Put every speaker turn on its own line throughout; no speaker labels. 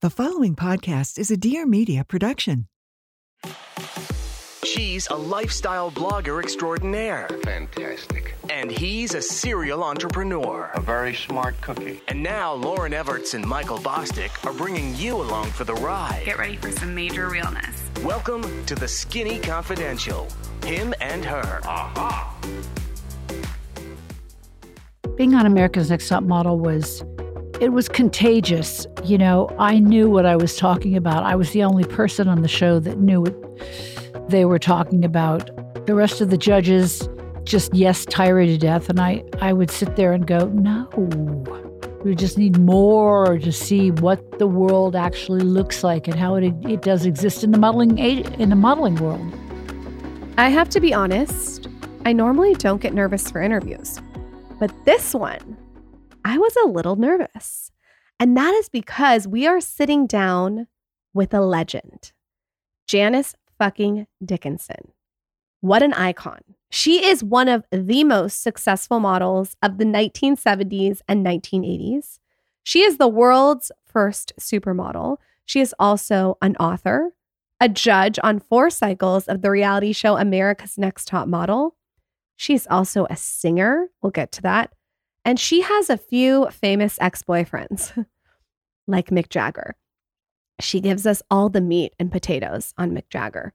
The following podcast is a Dear Media production.
She's a lifestyle blogger extraordinaire,
Fantastic.
and he's a serial entrepreneur.
A very smart cookie.
And now Lauren Everts and Michael Bostick are bringing you along for the ride.
Get ready for some major realness.
Welcome to the Skinny Confidential. Him and her.
being on America's Next Top Model was it was contagious. You know, I knew what I was talking about. I was the only person on the show that knew what they were talking about. The rest of the judges just yes tire to death and I I would sit there and go, "No. We just need more to see what the world actually looks like and how it, it does exist in the modeling a- in the modeling world."
I have to be honest, I normally don't get nervous for interviews, but this one, I was a little nervous. And that is because we are sitting down with a legend, Janice fucking Dickinson. What an icon. She is one of the most successful models of the 1970s and 1980s. She is the world's first supermodel. She is also an author, a judge on four cycles of the reality show America's Next Top Model. She's also a singer. We'll get to that. And she has a few famous ex boyfriends, like Mick Jagger. She gives us all the meat and potatoes on Mick Jagger.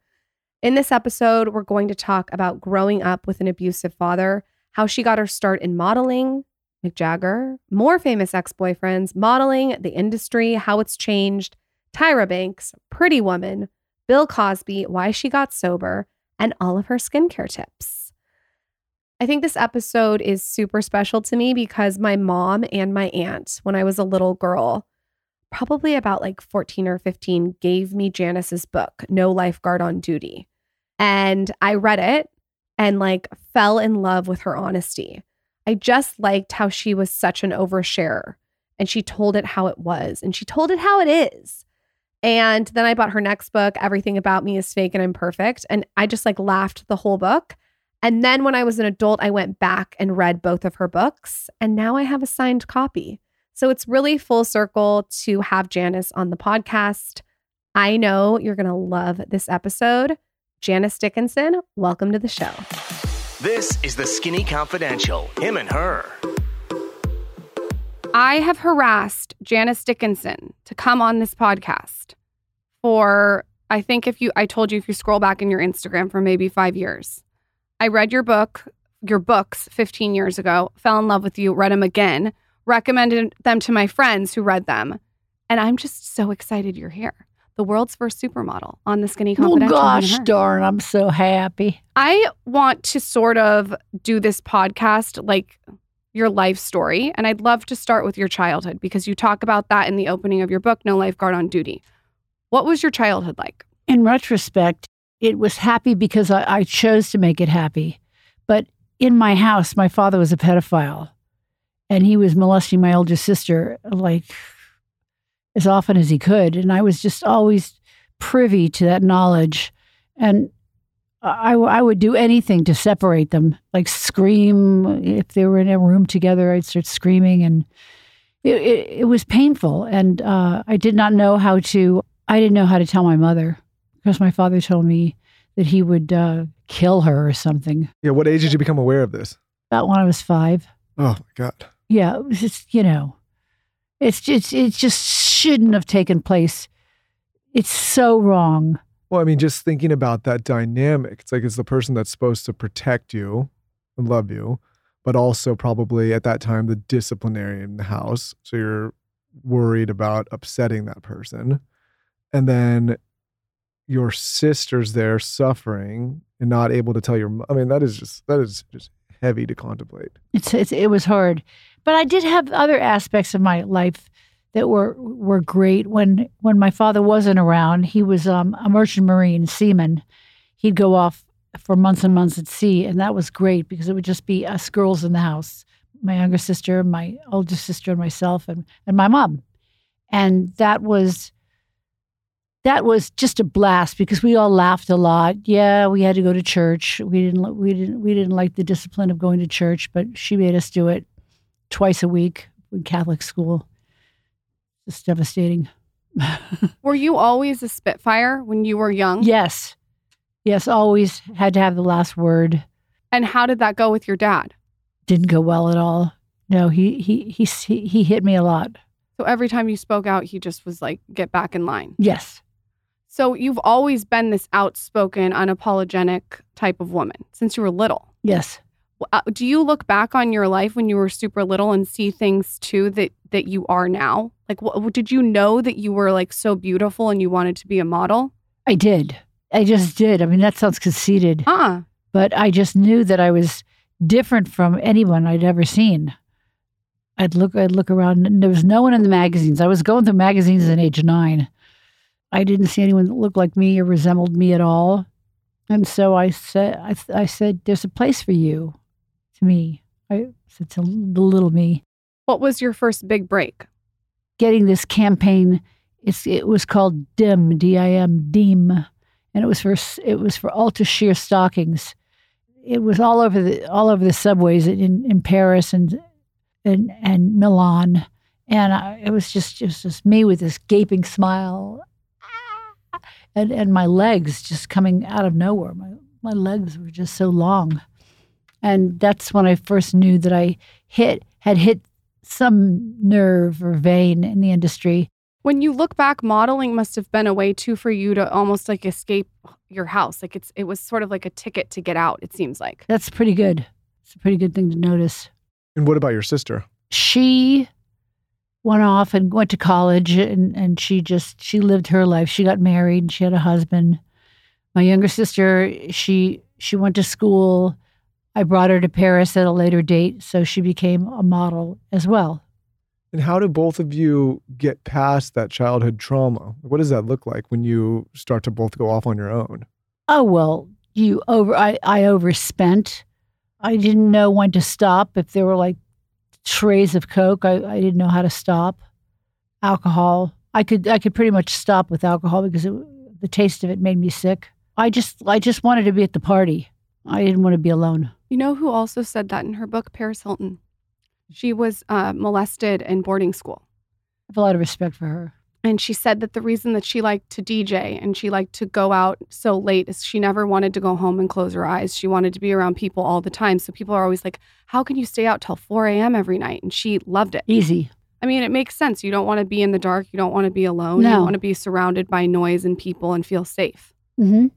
In this episode, we're going to talk about growing up with an abusive father, how she got her start in modeling, Mick Jagger, more famous ex boyfriends, modeling, the industry, how it's changed, Tyra Banks, Pretty Woman, Bill Cosby, why she got sober, and all of her skincare tips. I think this episode is super special to me because my mom and my aunt, when I was a little girl, probably about like 14 or 15, gave me Janice's book, No Lifeguard on Duty. And I read it and like fell in love with her honesty. I just liked how she was such an oversharer and she told it how it was and she told it how it is. And then I bought her next book, Everything About Me is Fake and Imperfect. And I just like laughed the whole book. And then when I was an adult, I went back and read both of her books. And now I have a signed copy. So it's really full circle to have Janice on the podcast. I know you're going to love this episode. Janice Dickinson, welcome to the show.
This is the Skinny Confidential. Him and her.
I have harassed Janice Dickinson to come on this podcast for, I think if you, I told you if you scroll back in your Instagram for maybe five years. I read your book, your books 15 years ago, fell in love with you, read them again, recommended them to my friends who read them. And I'm just so excited you're here. The world's first supermodel on the Skinny
Oh
Confidential. Hannah
gosh
Hurd.
darn, I'm so happy.
I want to sort of do this podcast like your life story. And I'd love to start with your childhood because you talk about that in the opening of your book, No Lifeguard on Duty. What was your childhood like?
in retrospect, it was happy because I, I chose to make it happy. But in my house, my father was a pedophile and he was molesting my older sister like as often as he could. And I was just always privy to that knowledge. And I, I would do anything to separate them, like scream. If they were in a room together, I'd start screaming. And it, it, it was painful. And uh, I did not know how to, I didn't know how to tell my mother because my father told me that he would uh, kill her or something
Yeah, what age did you become aware of this?
about when I was five.
Oh my god.
Yeah, it was just, you know, it's just, it just shouldn't have taken place. It's so wrong.
Well, I mean, just thinking about that dynamic, it's like it's the person that's supposed to protect you and love you, but also probably at that time the disciplinary in the house. So you're worried about upsetting that person. And then your sister's there suffering and not able to tell your mo- I mean, that is just that is just heavy to contemplate.
It's, it's it was hard, but I did have other aspects of my life that were were great. When when my father wasn't around, he was um, a merchant marine seaman. He'd go off for months and months at sea, and that was great because it would just be us girls in the house, my younger sister, my older sister, and myself, and and my mom, and that was. That was just a blast because we all laughed a lot. Yeah, we had to go to church. We didn't li- we didn't we didn't like the discipline of going to church, but she made us do it twice a week in Catholic school. It's devastating.
Were you always a Spitfire when you were young?
yes. Yes, always had to have the last word.
And how did that go with your dad?
Didn't go well at all. No, he he he he, he hit me a lot.
So every time you spoke out, he just was like, get back in line.
Yes.
So you've always been this outspoken, unapologetic type of woman since you were little.
Yes.
Uh, Do you look back on your life when you were super little and see things too that that you are now? Like, what, did you know that you were like so beautiful and you wanted to be a model?
I did. I just did. I mean, that sounds conceited,
Huh?
but I just knew that I was different from anyone I'd ever seen. I'd look, I'd look around, and there was no one in the magazines. I was going through magazines at age nine. I didn't see anyone that looked like me or resembled me at all, and so I said, I, th- I said, "There's a place for you." To me, I said to the little me,
What was your first big break?
getting this campaign. It's it was called DIM, D-I-M, DIM, and it was for it was for ultra sheer stockings. It was all over the all over the subways in, in Paris and and and Milan, and I, it was just it was just me with this gaping smile, Ah! and and my legs just coming out of nowhere. My my legs were just so long, and that's when I first knew that I hit had hit some nerve or vein in the industry.
When you look back, modeling must have been a way too for you to almost like escape your house. Like it's it was sort of like a ticket to get out. It seems like.
That's pretty good. It's a pretty good thing to notice.
And what about your sister?
She went off and went to college and, and she just she lived her life. She got married, she had a husband. My younger sister, she she went to school. I brought her to Paris at a later date, so she became a model as well.
And how do both of you get past that childhood trauma? What does that look like when you start to both go off on your own?
Oh well, you over I, I overspent. I didn't know when to stop. If there were like trays of coke, I, I didn't know how to stop. Alcohol. I could I could pretty much stop with alcohol because it, the taste of it made me sick. I just I just wanted to be at the party. I didn't want to be alone.
You know who also said that in her book, Paris Hilton. She was uh, molested in boarding school,
I have a lot of respect for her.
and she said that the reason that she liked to DJ and she liked to go out so late is she never wanted to go home and close her eyes. She wanted to be around people all the time. So people are always like, "How can you stay out till 4 a.m. every night?" And she loved it.
Easy.
I mean, it makes sense. You don't want to be in the dark. You don't want to be alone. You
No.
want to be surrounded by noise and people and feel safe.
Mm-hmm.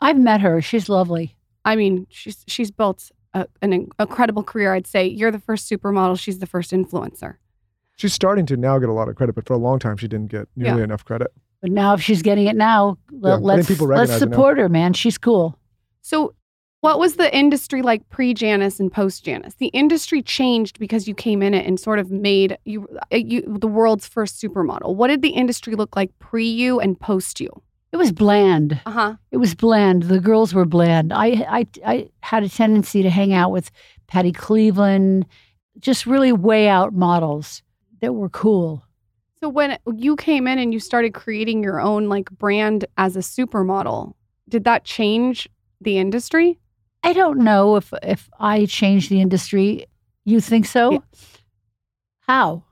I've met her. She's lovely.
I mean, she's she's built a, an in- incredible career. I'd say you're the first supermodel. She's the first influencer.
She's starting to now get a lot of credit, but for a long time she didn't get nearly enough credit.
But now if she's getting it now,
Yeah, I
let,
think
let's
people
let's
recognize it now.
support her, man. She's cool.
So, what was the industry like pre Janice and post Janice? The industry changed because you came in it and sort of made you, uh, you the world's first supermodel. What did the industry look like pre you and post you?
It was bland.
Uh huh.
It was bland. The girls were bland. I, I, I had a tendency to hang out with Patty Cleveland, just really way out models that were cool.
So when you came in and you started creating your own like brand as a supermodel, did that change the industry?
I don't know if if I changed the industry. You think so?
Yeah.
How?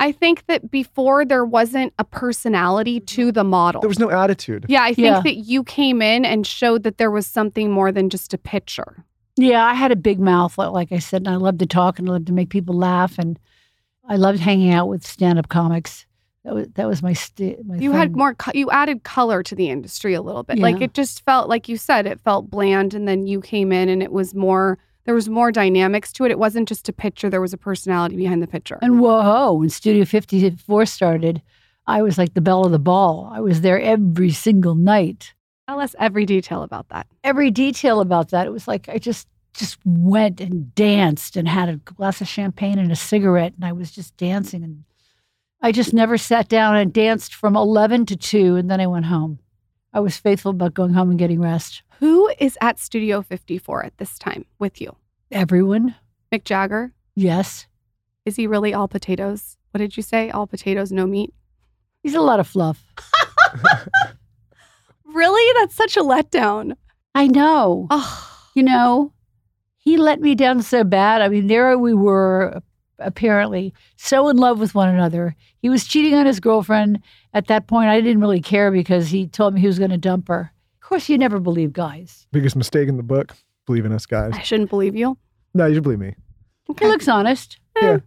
I think that before there wasn't a personality to the model.
There was no attitude.
Yeah, I think
Yeah.
that you came in and showed that there was something more than just a picture.
Yeah, I had a big mouth, li- like I said, and I loved to talk and I loved to make people laugh, and I loved hanging out with stand up comics. That was that was my st- my
You had
thing.
more, co- you added color to the industry a little bit. Like
Yeah.
it just felt, like you said, it felt bland. And then you came in and it was more, there was more dynamics to it. It wasn't just a picture, there was a personality behind the picture.
And whoa, when Studio 54 started, I was like the belle of the ball. I was there every single night.
Tell us every detail about that.
Every detail about that, it was like I just just went and danced and had a glass of champagne and a cigarette and I was just dancing and I just never sat down and danced from 11 to 2 and then I went home. I was faithful about going home and getting rest.
Who is at Studio 54 at this time with you?
Everyone?
Mick Jagger?
Yes.
Is he really all potatoes? What did you say? All potatoes, no meat?
He's a lot of fluff.
Really? That's such a letdown.
I know.
Oh.
you know, he let me down so bad. I mean, there we were, a, apparently so in love with one another. He was cheating on his girlfriend. At that point, I didn't really care because he told me he was going to dump her. Of course, you never believe guys.
Biggest mistake in the book. Believe in us, guys.
I shouldn't believe you.
No, you should believe me.
He looks honest.
Eh.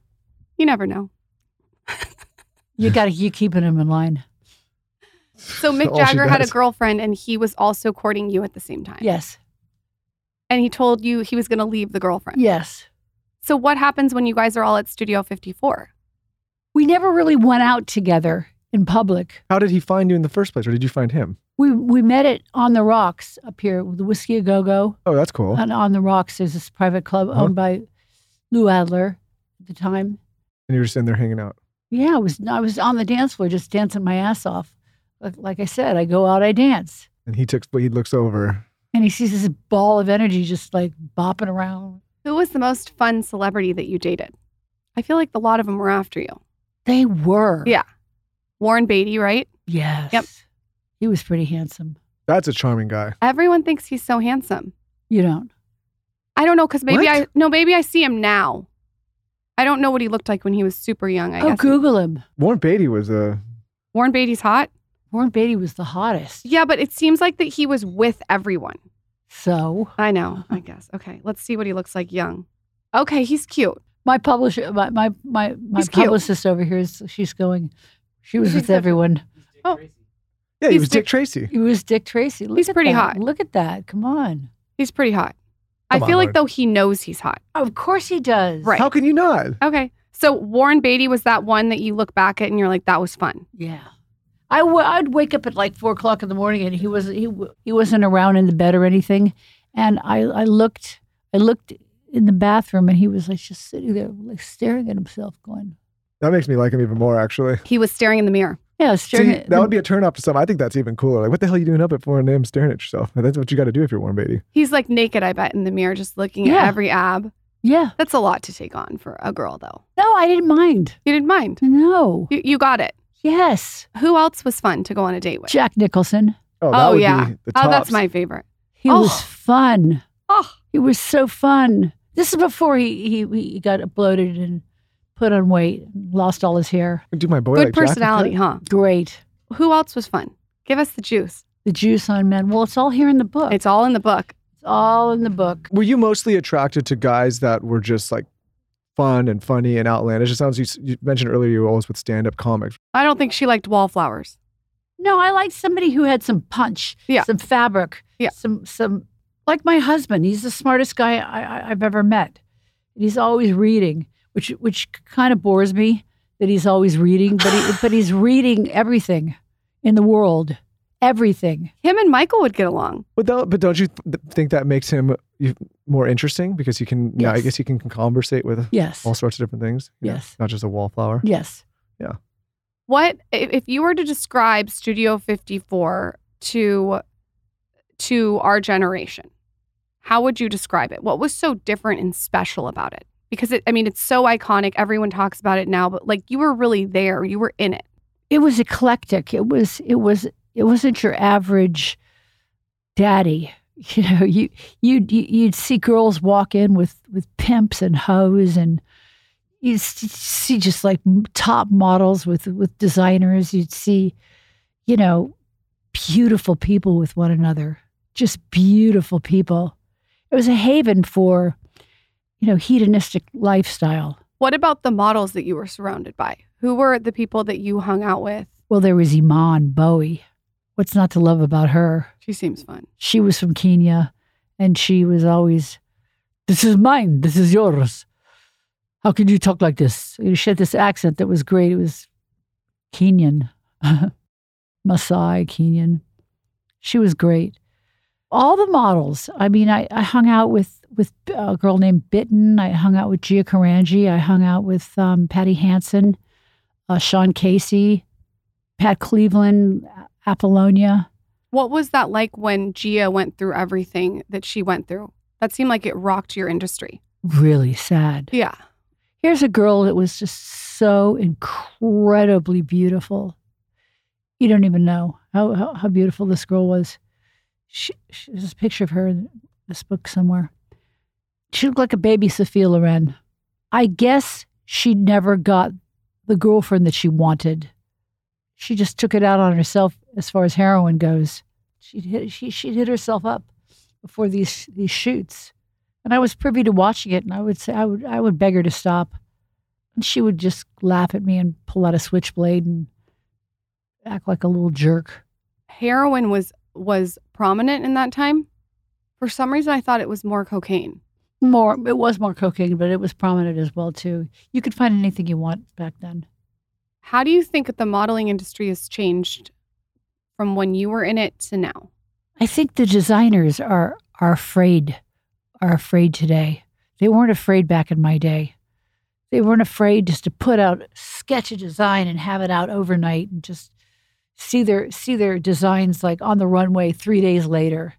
You never know.
You got to you keeping him in line.
So Mick
All she
Jagger had a
does.
girlfriend and he was also courting you at the same time.
Yes,
And he told you he was going to leave the girlfriend.
yes.
So what happens when you guys are all at Studio 54?
We never really went out together in public.
How did he find you in the first place, or did you find him?
We we met it on the rocks up here with the Whiskey a Go Go.
Oh, that's cool.
Uh,
And on the rocks, there's this private club
Huh?
owned by Lou Adler at the time.
and you were just in there hanging out.
Yeah, I was I was on the dance floor just dancing my ass off. Like, like I said, I go out, I dance,
And he took. He looks over.
and he sees this ball of energy just like bopping around.
Who was the most fun celebrity that you dated? I feel like a lot of them were after you.
They were.
Yeah. Warren Beatty, right?
Yes.
Yep.
He was pretty handsome.
That's a charming guy.
Everyone thinks he's so handsome.
You don't.
I don't know because maybe
What?
I no maybe I see him now. I don't know what he looked like when he was super young. I
oh,
guess
Google him.
Warren Beatty was a.
Warren Beatty's hot.
Warren Beatty was the hottest.
Yeah, but it seems like that he was with everyone.
So
I know. I guess. Okay, let's see what he looks like young. Okay, he's cute.
my publisher, my my my, my
He's cute.
publicist over here is she's going. She was
She's
with
different.
everyone.
Yeah, he
He's
was Dick
Dick-
Tracy.
It was Dick Tracy. Look
He's
at
pretty
that.
hot.
Look at that. Come on.
He's pretty hot. I
Come on,
feel like
Lauren.
though he knows he's hot.
Of course he does.
Right.
How can you not?
Okay. So Warren Beatty was that one that you look back at and you're like, that was fun.
Yeah. I w- I'd wake up at like four o'clock in the morning, and he wasn't he w- he wasn't around in the bed or anything. And I I looked I looked in the bathroom, and he was like just sitting there, like staring at himself, going,
That makes me like him even more, actually.
He was staring in the mirror.
"Yeah,
See,
staring." at
that would be a turn off to some. I think that's even cooler. Like, what the hell are you doing up at 4 a.m. staring at yourself? That's what you got to do if you're Warren Beatty.
He's like naked, I bet, in the mirror, just looking
Yeah.
at every ab.
yeah."
That's a lot to take on for a girl, though.
No, I didn't mind.
You didn't mind.
No.
You, you got it.
Yes,
Who else was fun to go on a date with?
Jack Nicholson.
Oh, that
oh,
would
yeah.
be the tops.
Oh, that's my favorite.
He was
Oh.
fun.
Oh,
He was so fun. This is before he he, he got bloated and put on weight, lost all his hair.
Do my boy
good
like Jack
personality,
Nicholson?
huh?
Great.
Who else was fun? Give us the juice.
The juice on men. Well, it's all here in the book.
It's all in the book.
It's all in the book.
Were you mostly attracted to guys that were just like fun and funny and outlandish? It sounds you, you mentioned earlier you were always with stand up comics.
I don't think she liked wallflowers.
No, I like somebody who had some punch,
Yeah.
some fabric,
Yeah.
some some like my husband. He's the smartest guy I, I, I've ever met. And he's always reading, which which kind of bores me that he's always reading, but he, but he's reading everything in the world, everything.
Him and Michael would get along.
But, that, but don't you th- think that makes him you- more interesting because you can, yeah, I
Yes.
guess you can, conversate with
Yes,
all sorts of different things? you know,
Yes.
Not just a wallflower.
yes.
What if if you were to describe Studio 54 to to our generation? How would you describe it? What was so different and special about it? Because it, I mean, it's so iconic. Everyone talks about it now, but like you were really there. You were in it.
It was eclectic. It was it was it wasn't your average daddy. You know, you you you'd see girls walk in with with pimps and hoes and you'd s- see just like m- top models with with designers you'd see you know beautiful people with one another just beautiful people it was a haven for you know hedonistic lifestyle
What about the models that you were surrounded by? Who were the people that you hung out with?
well there was iman bowie what's not to love about her
She seems fun.
she was from Kenya and she was always, This is mine, this is yours. How can you talk like this? You know, she had this accent that was great. It was Kenyan, Maasai, Kenyan. She was great. All the models. I mean, I, I hung out with with a girl named Bitten. I hung out with Gia Karanji. I hung out with um, Patty Hansen, uh, Sean Casey, Pat Cleveland, Apollonia.
What was that like when Gia went through everything that she went through? That seemed like it rocked your industry.
Really sad.
Yeah.
here's a girl that was just so incredibly beautiful. You don't even know how, how, how beautiful this girl was. She, she, there's a picture of her in this book somewhere. She looked like a baby Sophia Loren. I guess she never got the girlfriend that she wanted. She just took it out on herself as far as heroin goes. She'd hit, she, she'd hit herself up before these, these shoots. And I was privy to watching it, and I would say, I would, I would beg her to stop. And she would just laugh at me and pull out a switchblade and act like a little jerk.
Heroin was was prominent in that time. For some reason, I thought it was more cocaine.
More, it was more cocaine, but it was prominent as well too. You could find anything you want back then.
How do you think the modeling industry has changed from when you were in it to now?
I think the designers are are afraid are afraid today. They weren't afraid back in my day. They weren't afraid just to put out sketch a design and have it out overnight and just see their see their designs like on the runway 3 days later.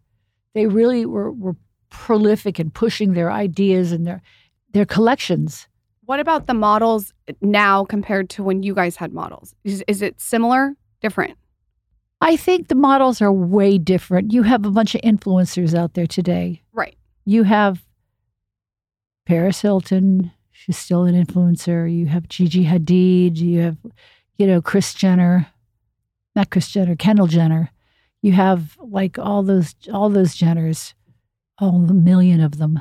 They really were were prolific in pushing their ideas and their their collections.
What about the models now compared to when you guys had models? Is, is it similar, different?
I think the models are way different. You have a bunch of influencers out there today.
Right.
You have Paris Hilton, she's still an influencer. You have Gigi Hadid, you have, you know, Chris Jenner, not Chris Jenner, Kendall Jenner. You have like all those all those Jenners, all the million of them.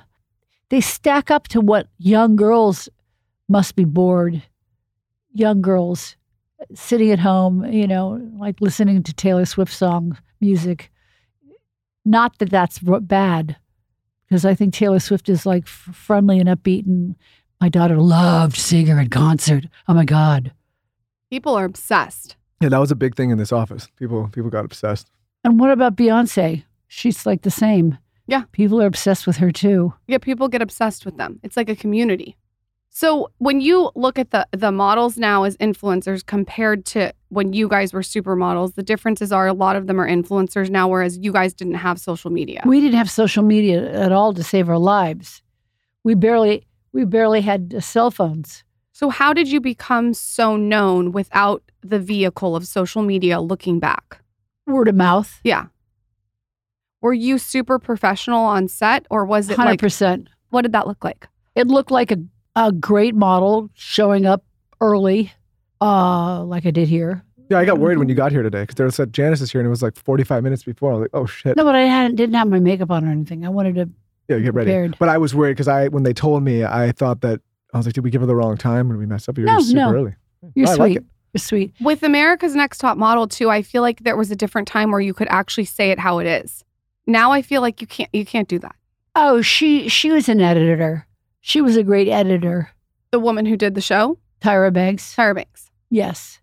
They stack up to what young girls must be bored. Young girls sitting at home, you know, like listening to Taylor Swift song music. Not that that's r- bad, because I think Taylor Swift is like f- friendly and upbeat. And my daughter loved seeing her in concert. Oh my God.
People are obsessed.
Yeah, that was a big thing in this office. People people got obsessed.
And what about Beyonce? She's like the same.
Yeah.
People are obsessed with her too.
Yeah, people get obsessed with them. It's like a community. So when you look at the the models now as influencers compared to when you guys were supermodels, the differences are a lot of them are influencers now, whereas you guys didn't have social media.
We didn't have social media at all to save our lives. We barely we barely had uh, cell phones.
So how did you become so known without the vehicle of social media? Looking back,
Word of mouth.
yeah. Were you super professional on set, or was it
Hundred
like
percent.
what did that look like?
it looked like a, a great model showing up early, uh, like I did here.
Yeah, I got worried when you got here today because there said Janice is here and it was like 45 minutes before. I was like, oh shit.
No, but I hadn't, didn't have my makeup on or anything. I wanted to.
yeah, get ready.
prepared.
But I was worried because I when they told me, I thought that I was like, did we give her the wrong time and we messed up? You're
No,
super
no.
early.
You're
I like
sweet.
it.
You're sweet.
With America's Next Top Model too, I feel like there was a different time where you could actually say it how it is. Now I feel like you can't you can't do that.
Oh, she she was an editor. She was a great editor.
The woman who did the show,
Tyra Banks.
Tyra Banks.
Yes.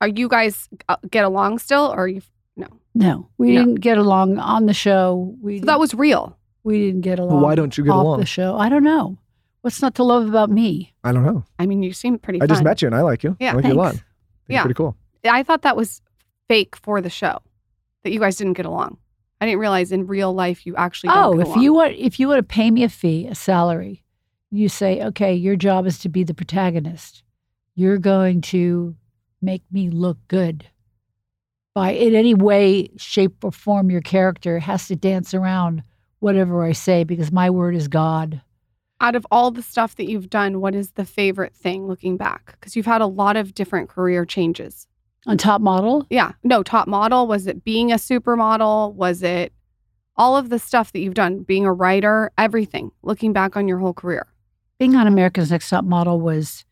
Are you guys uh, get along still, or are you? No,
No, we
No.
didn't get along on the show. We
so that was real.
we didn't get along.
Well, why don't you get
off
along?
the show? I don't know. What's not to love about me?
I don't know.
I mean, you seem pretty.
I just
fun.
met you and I like you.
Yeah,
I like you a lot. I think you're
Yeah.
pretty cool.
I thought that was fake for the show, that you guys didn't get along. I didn't realize in real life you actually. Don't
Oh,
get
if
along.
you want, if you want to pay me a fee, a salary, you say, okay, your job is to be the protagonist. You're going to make me look good by in any way, shape, or form. Your character has to dance around whatever I say because my word is God.
out of all the stuff that you've done, what is the favorite thing looking back? Because you've had a lot of different career changes.
On top model,
Yeah. No, top model. Was it being a supermodel? Was it all of the stuff that you've done, being a writer, everything, looking back on your whole career?
being on America's Next Top Model was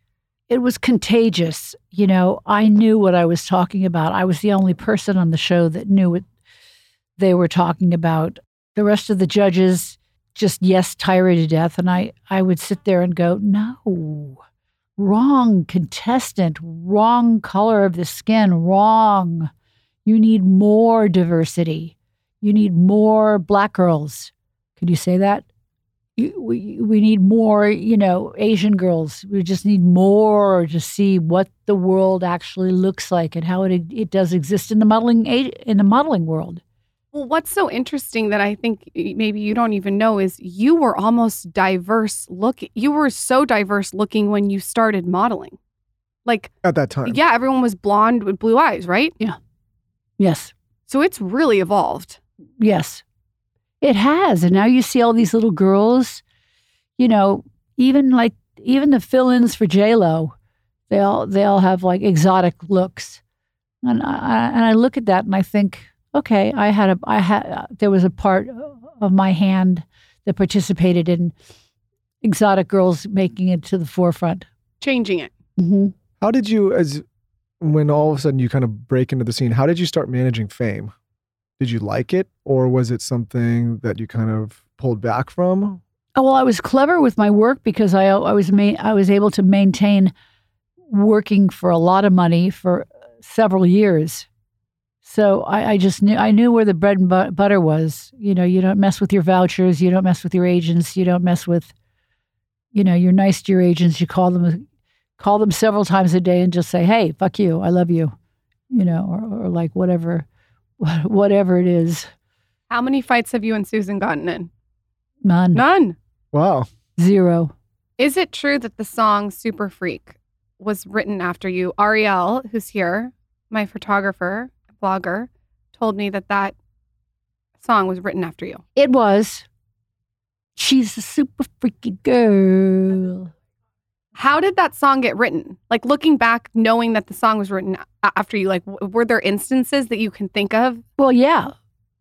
it was contagious. You know, I knew what I was talking about. I was the only person on the show that knew what they were talking about. The rest of the judges just yes, Tyra to death, and I I would sit there and go, no, wrong contestant, wrong color of the skin, wrong. You need more diversity. You need more black girls. Could you say that? you- we we need more, you know, Asian girls. We just need more to see what the world actually looks like and how it it does exist in the modeling a- in the modeling world.
Well, what's so interesting that I think maybe you don't even know is you were almost diverse look. You were so diverse looking when you started modeling. Like,
At that time.
yeah, everyone was blonde with blue eyes, right?
Yes,
So it's really evolved.
yes, it has. And now you see all these little girls, you know, even like even the fill-ins for J Lo, they all they all have like exotic looks, and I and I look at that and I think, okay, I had a I had uh, there was a part of my hand that participated in exotic girls making it to the forefront.
changing it.
Mm-hmm.
How did you, as when all of a sudden you kind of break into the scene, how did you start managing fame? Did you like it, or was it something that you kind of pulled back from?
Oh, well, I was clever with my work because I I was ma- I was able to maintain working for a lot of money for several years. So I, I just knew I knew where the bread and bu- butter was. You know, you don't mess with your vouchers, you don't mess with your agents, you don't mess with, you know, you're nice to your agents. You call them call them several times a day and just say, "Hey, fuck you, I love you," you know, or, or like whatever, whatever it is.
How many fights have you and Susan gotten in?
None,
None.
Wow.
zero.
Is it true that the song Super Freak was written after you? Ariel, who's here, my photographer, blogger, told me that that song was written after you.
It was. She's a super freaky girl.
How did that song get written? Like looking back, knowing that the song was written a- after you, like w- were there instances that you can think of?
Well, yeah,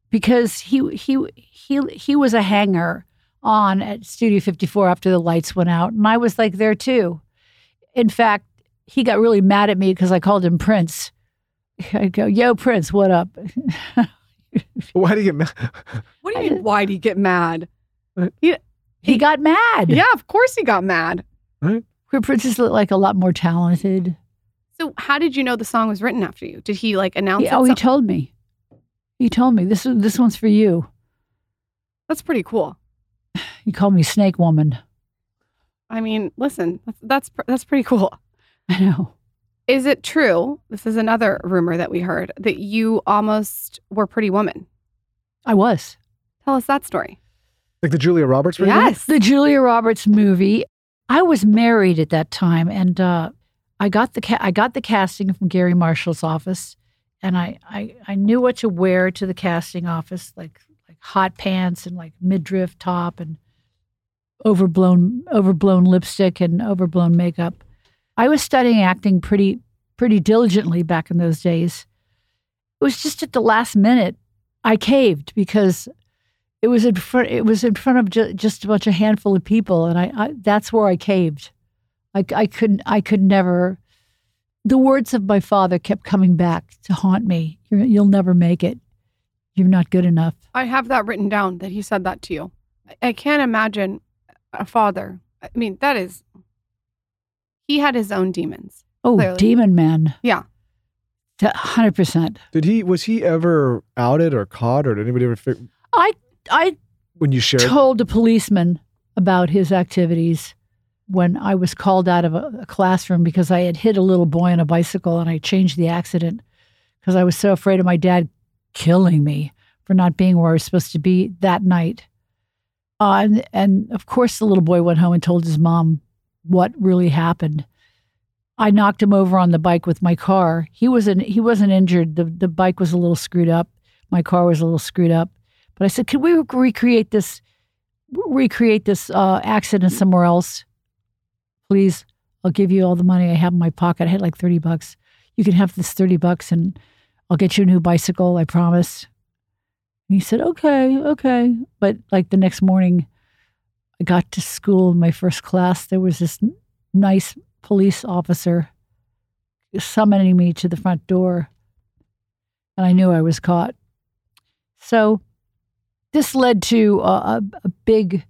because he he he he was a hanger on at Studio 54 after the lights went out, and I was like there too. In fact, he got really mad at me because I called him Prince. I go, "Yo, Prince, what up?"
Why do you get mad?
What
I
do you mean?
did-
Why do you get mad?
He got mad.
Yeah, of course he got mad.
where Princess looked like a lot more talented.
So how did you know the song was written after you? Did he like announce
He-
it?
oh, he
some-
told me. He told me this this one's for you.
That's pretty cool.
He called me Snake Woman.
I mean, listen, that's that's, pr- that's pretty cool.
I know.
Is it true? This is another rumor that we heard that you almost were Pretty Woman.
I was.
Tell us that story.
Like the Julia Roberts? version?
Yes.
the Julia Roberts movie. I was married at that time, and uh, I got the ca- I got the casting from Gary Marshall's office, and I, I I knew what to wear to the casting office, like like hot pants and like midriff top and overblown overblown lipstick and overblown makeup. I was studying acting pretty pretty diligently back in those days. It was just at the last minute I caved because it was in front. It was in front of ju- just a bunch of handful of people, and I, I that's where I caved. I, I couldn't. I could never. The words of my father kept coming back to haunt me. You're, you'll never make it. You're not good enough.
I have that written down that he said that to you. I, I can't imagine a father. I mean, that is. He had his own demons.
Oh,
Clearly.
demon man.
Yeah.
hundred percent.
Did he, was he ever outed or caught, or did anybody ever, fig-
I I
when you shared?
told a policeman about his activities when I was called out of a, a classroom because I had hit a little boy on a bicycle and I changed the accident because I was so afraid of my dad killing me for not being where I was supposed to be that night. Uh, and, and of course, the little boy went home and told his mom what really happened. I knocked him over on the bike with my car. He wasn't he wasn't injured. The the bike was a little screwed up. My car was a little screwed up. But I said, "Can we recreate this recreate this uh, accident somewhere else, please. I'll give you all the money I have in my pocket. I had like 30 bucks. You can have this 30 bucks and I'll get you a new bicycle, I promise. And he said, okay, okay. But like the next morning, I got to school in my first class. There was this n- nice police officer summoning me to the front door. And I knew I was caught. So this led to a, a, a big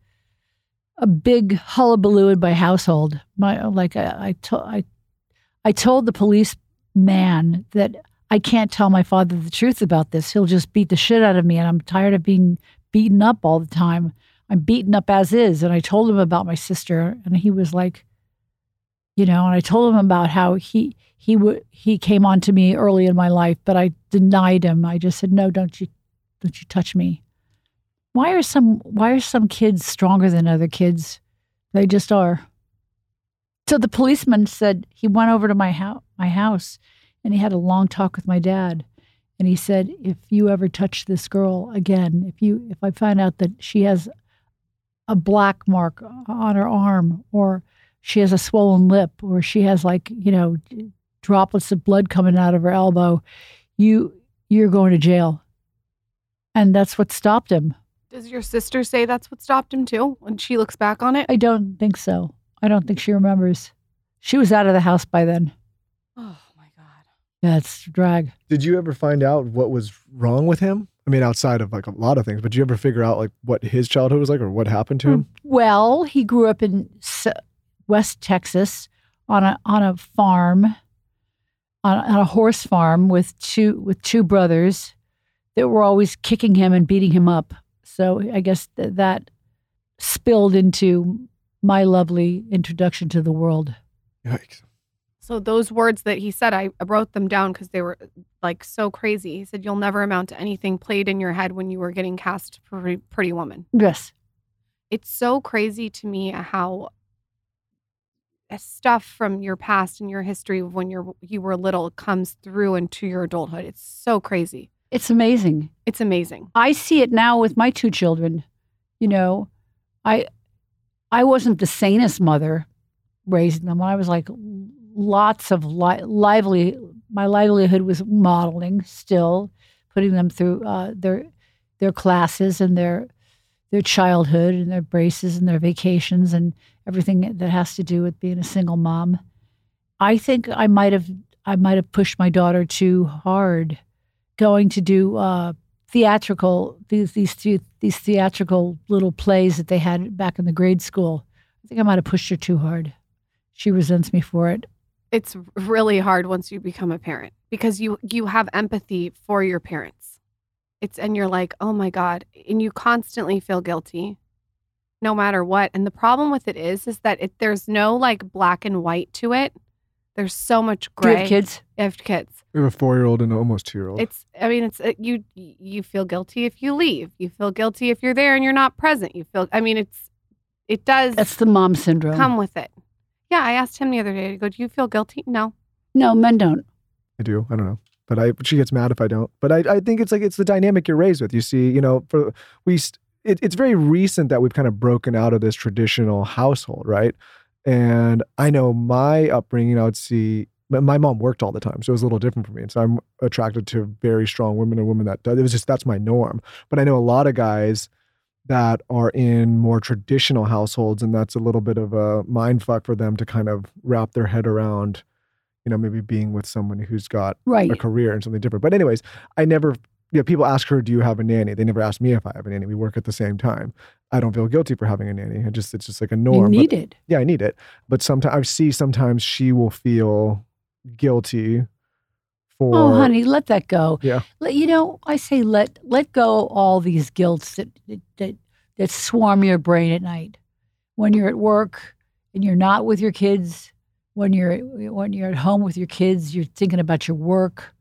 a big hullabaloo in my household my like i I, to, I I told the police man that i can't tell my father the truth about this he'll just beat the shit out of me and i'm tired of being beaten up all the time i'm beaten up as is and i told him about my sister and he was like you know and i told him about how he he would he came on to me early in my life but i denied him i just said no don't you don't you touch me why are some why are some kids stronger than other kids they just are so the policeman said he went over to my house my house and he had a long talk with my dad and he said if you ever touch this girl again if you if i find out that she has a black mark on her arm or she has a swollen lip or she has like you know droplets of blood coming out of her elbow you you're going to jail and that's what stopped him
Does your sister say that's what stopped him too when she looks back on it?
i don't think so i don't think she remembers she was out of the house by then
oh my god.
that's drag
Did you ever find out what was wrong with him? I mean, outside of like a lot of things, but did you ever figure out like what his childhood was like or what happened
Hmm.
to him?
well he grew up in S- west texas on a on a farm on, on a horse farm with two with two brothers that were always kicking him and beating him up. So I guess th- that spilled into my lovely introduction to the world.
Yikes.
So those words that he said, I wrote them down because they were like so crazy. He said, "You'll never amount to anything." Played in your head when you were getting cast for Pretty, Pretty Woman.
Yes,
It's so crazy to me how stuff from your past and your history of when you're you were little comes through into your adulthood. It's so crazy.
it's amazing.
It's amazing.
I see it now with my two children. You know, I I wasn't the sanest mother raising them. I was like lots of li- lively. My livelihood was modeling, still putting them through uh, their their classes and their their childhood and their braces and their vacations and everything that has to do with being a single mom. I think I might have I might have pushed my daughter too hard, going to do uh, theatrical these these the- these theatrical little plays that they had back in the grade school. I think I might have pushed her too hard. She resents me for it.
It's really hard once you become a parent because you you have empathy for your parents. It's and you're like, "Oh my god," and you constantly feel guilty no matter what. And the problem with it is is that it, there's no like black and white to it. There's so much
Do
gray.
you have kids?
I have kids.
We have a four year old and an almost two year old.
It's. I mean, it's uh, you. You feel guilty if you leave. You feel guilty if you're there and you're not present. You feel. I mean, it's. It does
That's the mom syndrome.
come with it. Yeah, I asked him the other day. I go, do you feel guilty? No.
No, men don't.
I do. I don't know. But I she gets mad if I don't. But I, I think it's like it's the dynamic you're raised with. You see, you know, for we st- it, it's very recent that we've kind of broken out of this traditional household, right? And I know my upbringing, I would see my- my mom worked all the time, so it was a little different for me. And so I'm attracted to very strong women and women that does. It was just that's my norm. But I know a lot of guys that are in more traditional households, and that's a little bit of a mind fuck for them to kind of wrap their head around, you know, maybe being with someone who's got
Right.
a career and something different. But anyways, I never you know, people ask her, Do you have a nanny? They never ask me if I have a nanny. We work at the same time. I don't feel guilty for having a nanny. I just it's just like a
You
norm. but-
need it.
yeah, I need it. But sometimes I see sometimes she will feel guilty for
Oh, honey, let that go.
Yeah.
Let, you know, I say let let go all these guilts that, that that that swarm your brain at night when you're at work and you're not with your kids. When you're when you're at home with your kids, you're thinking about your work.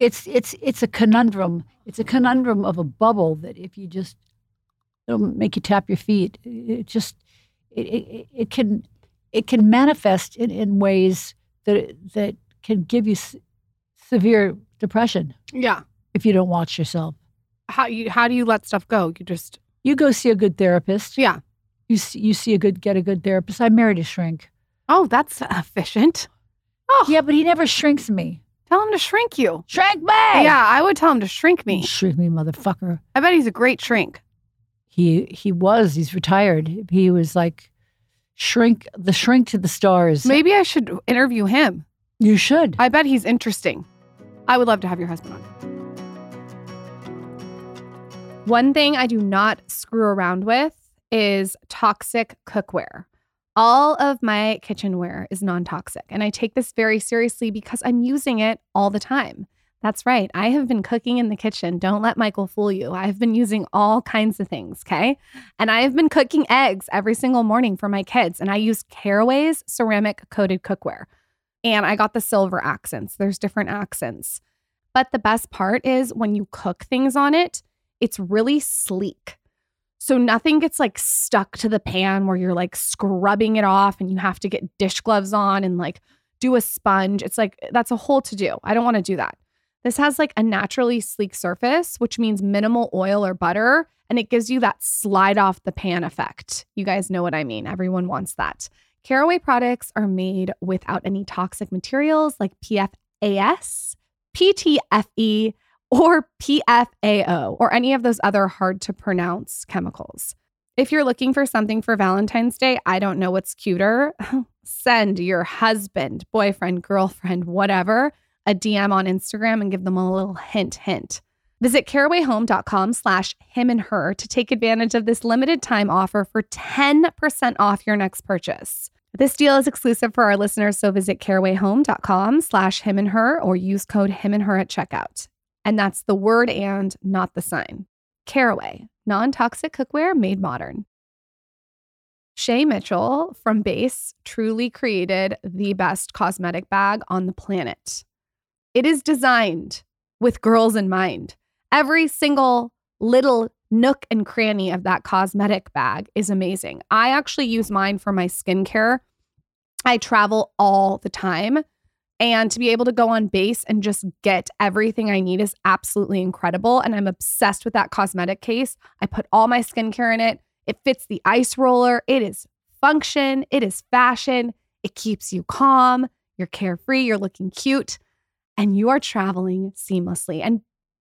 It's it's it's a conundrum. It's a conundrum of a bubble that if you just it'll make you tap your feet. It just it it, it can it can manifest in, in ways that that can give you s- severe depression
Yeah.
if you don't watch yourself.
How you? How do you let stuff go? You just.
You go see a good therapist.
Yeah.
You see, you see a good get a good therapist. I married a shrink.
Oh, that's efficient. Oh,
Yeah, but he never shrinks me.
Tell him to shrink you.
Shrink me.
Yeah, I would tell him to shrink me.
Shrink me, motherfucker.
I bet he's a great shrink.
He he was. He's retired. He was like shrink the shrink to the stars.
Maybe I should interview him.
You should.
I bet he's interesting. I would love to have your husband on.
One thing I do not screw around with is toxic cookware. All of my kitchenware is non toxic, and I take this very seriously because I'm using it all the time. That's right. I have been cooking in the kitchen. Don't let Michael fool you. I've been using all kinds of things, okay? And I have been cooking eggs every single morning for my kids, and I use Caraway's ceramic coated cookware. And I got the silver accents. There's different accents. But the best part is when you cook things on it, it's really sleek. So nothing gets like stuck to the pan where you're like scrubbing it off and you have to get dish gloves on and like do a sponge. It's like that's a whole to do. I don't want to do that. This has like a naturally sleek surface, which means minimal oil or butter, and it gives you that slide off the pan effect. You guys know what I mean. Everyone wants that.
Caraway products are made without any toxic materials like PFAS, PTFE, E, or PFAO, or any of those other hard to pronounce chemicals. If you're looking for something for Valentine's Day, I don't know what's cuter. Send your husband, boyfriend, girlfriend, whatever, a DM on Instagram and give them a little hint, hint. Visit carawayhome.com slash him and her to take advantage of this limited time offer for 10% off your next purchase. This deal is exclusive for our listeners, so visit carawayhome.com slash him and her or use code him and her at checkout. And that's the word and, not the sign. Caraway, non toxic cookware made modern. Shay Mitchell from Base truly created the best cosmetic bag on the planet. It is designed with girls in mind. Every single little nook and cranny of that cosmetic bag is amazing. I actually use mine for my skincare. I travel all the time. And to be able to go on base and just get everything I need is absolutely incredible. And I'm obsessed with that cosmetic case. I put all my skincare in it. It fits the ice roller. It is function. It is fashion. It keeps you calm. You're carefree. You're looking cute. And you are traveling seamlessly. And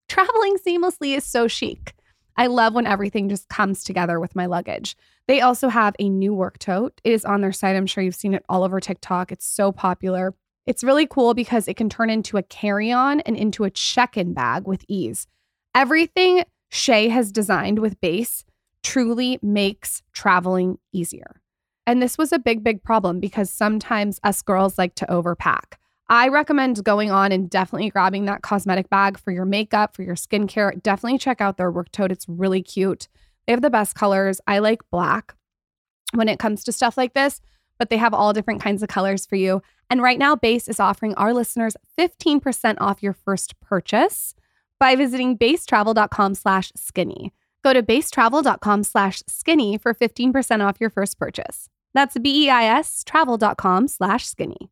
traveling seamlessly is so chic. I love when everything just comes together with my luggage. They also have a new work tote. It is on their site. I'm sure you've seen it all over TikTok. It's so popular. It's really cool because it can turn into a carry on and into a check in bag with ease. Everything Shay has designed with Base truly makes traveling easier. And this was a big, big problem because sometimes us girls like to overpack. I recommend going on and definitely grabbing that cosmetic bag for your makeup, for your skincare. Definitely check out their work tote. It's really cute. They have the best colors. I like black when it comes to stuff like this, but they have all different kinds of colors for you. And right now, Base is offering our listeners 15% off your first purchase by visiting basetravel.com slash skinny. Go to basetravel.com slash skinny for 15% off your first purchase. That's E B-E-I-S travel.com slash skinny.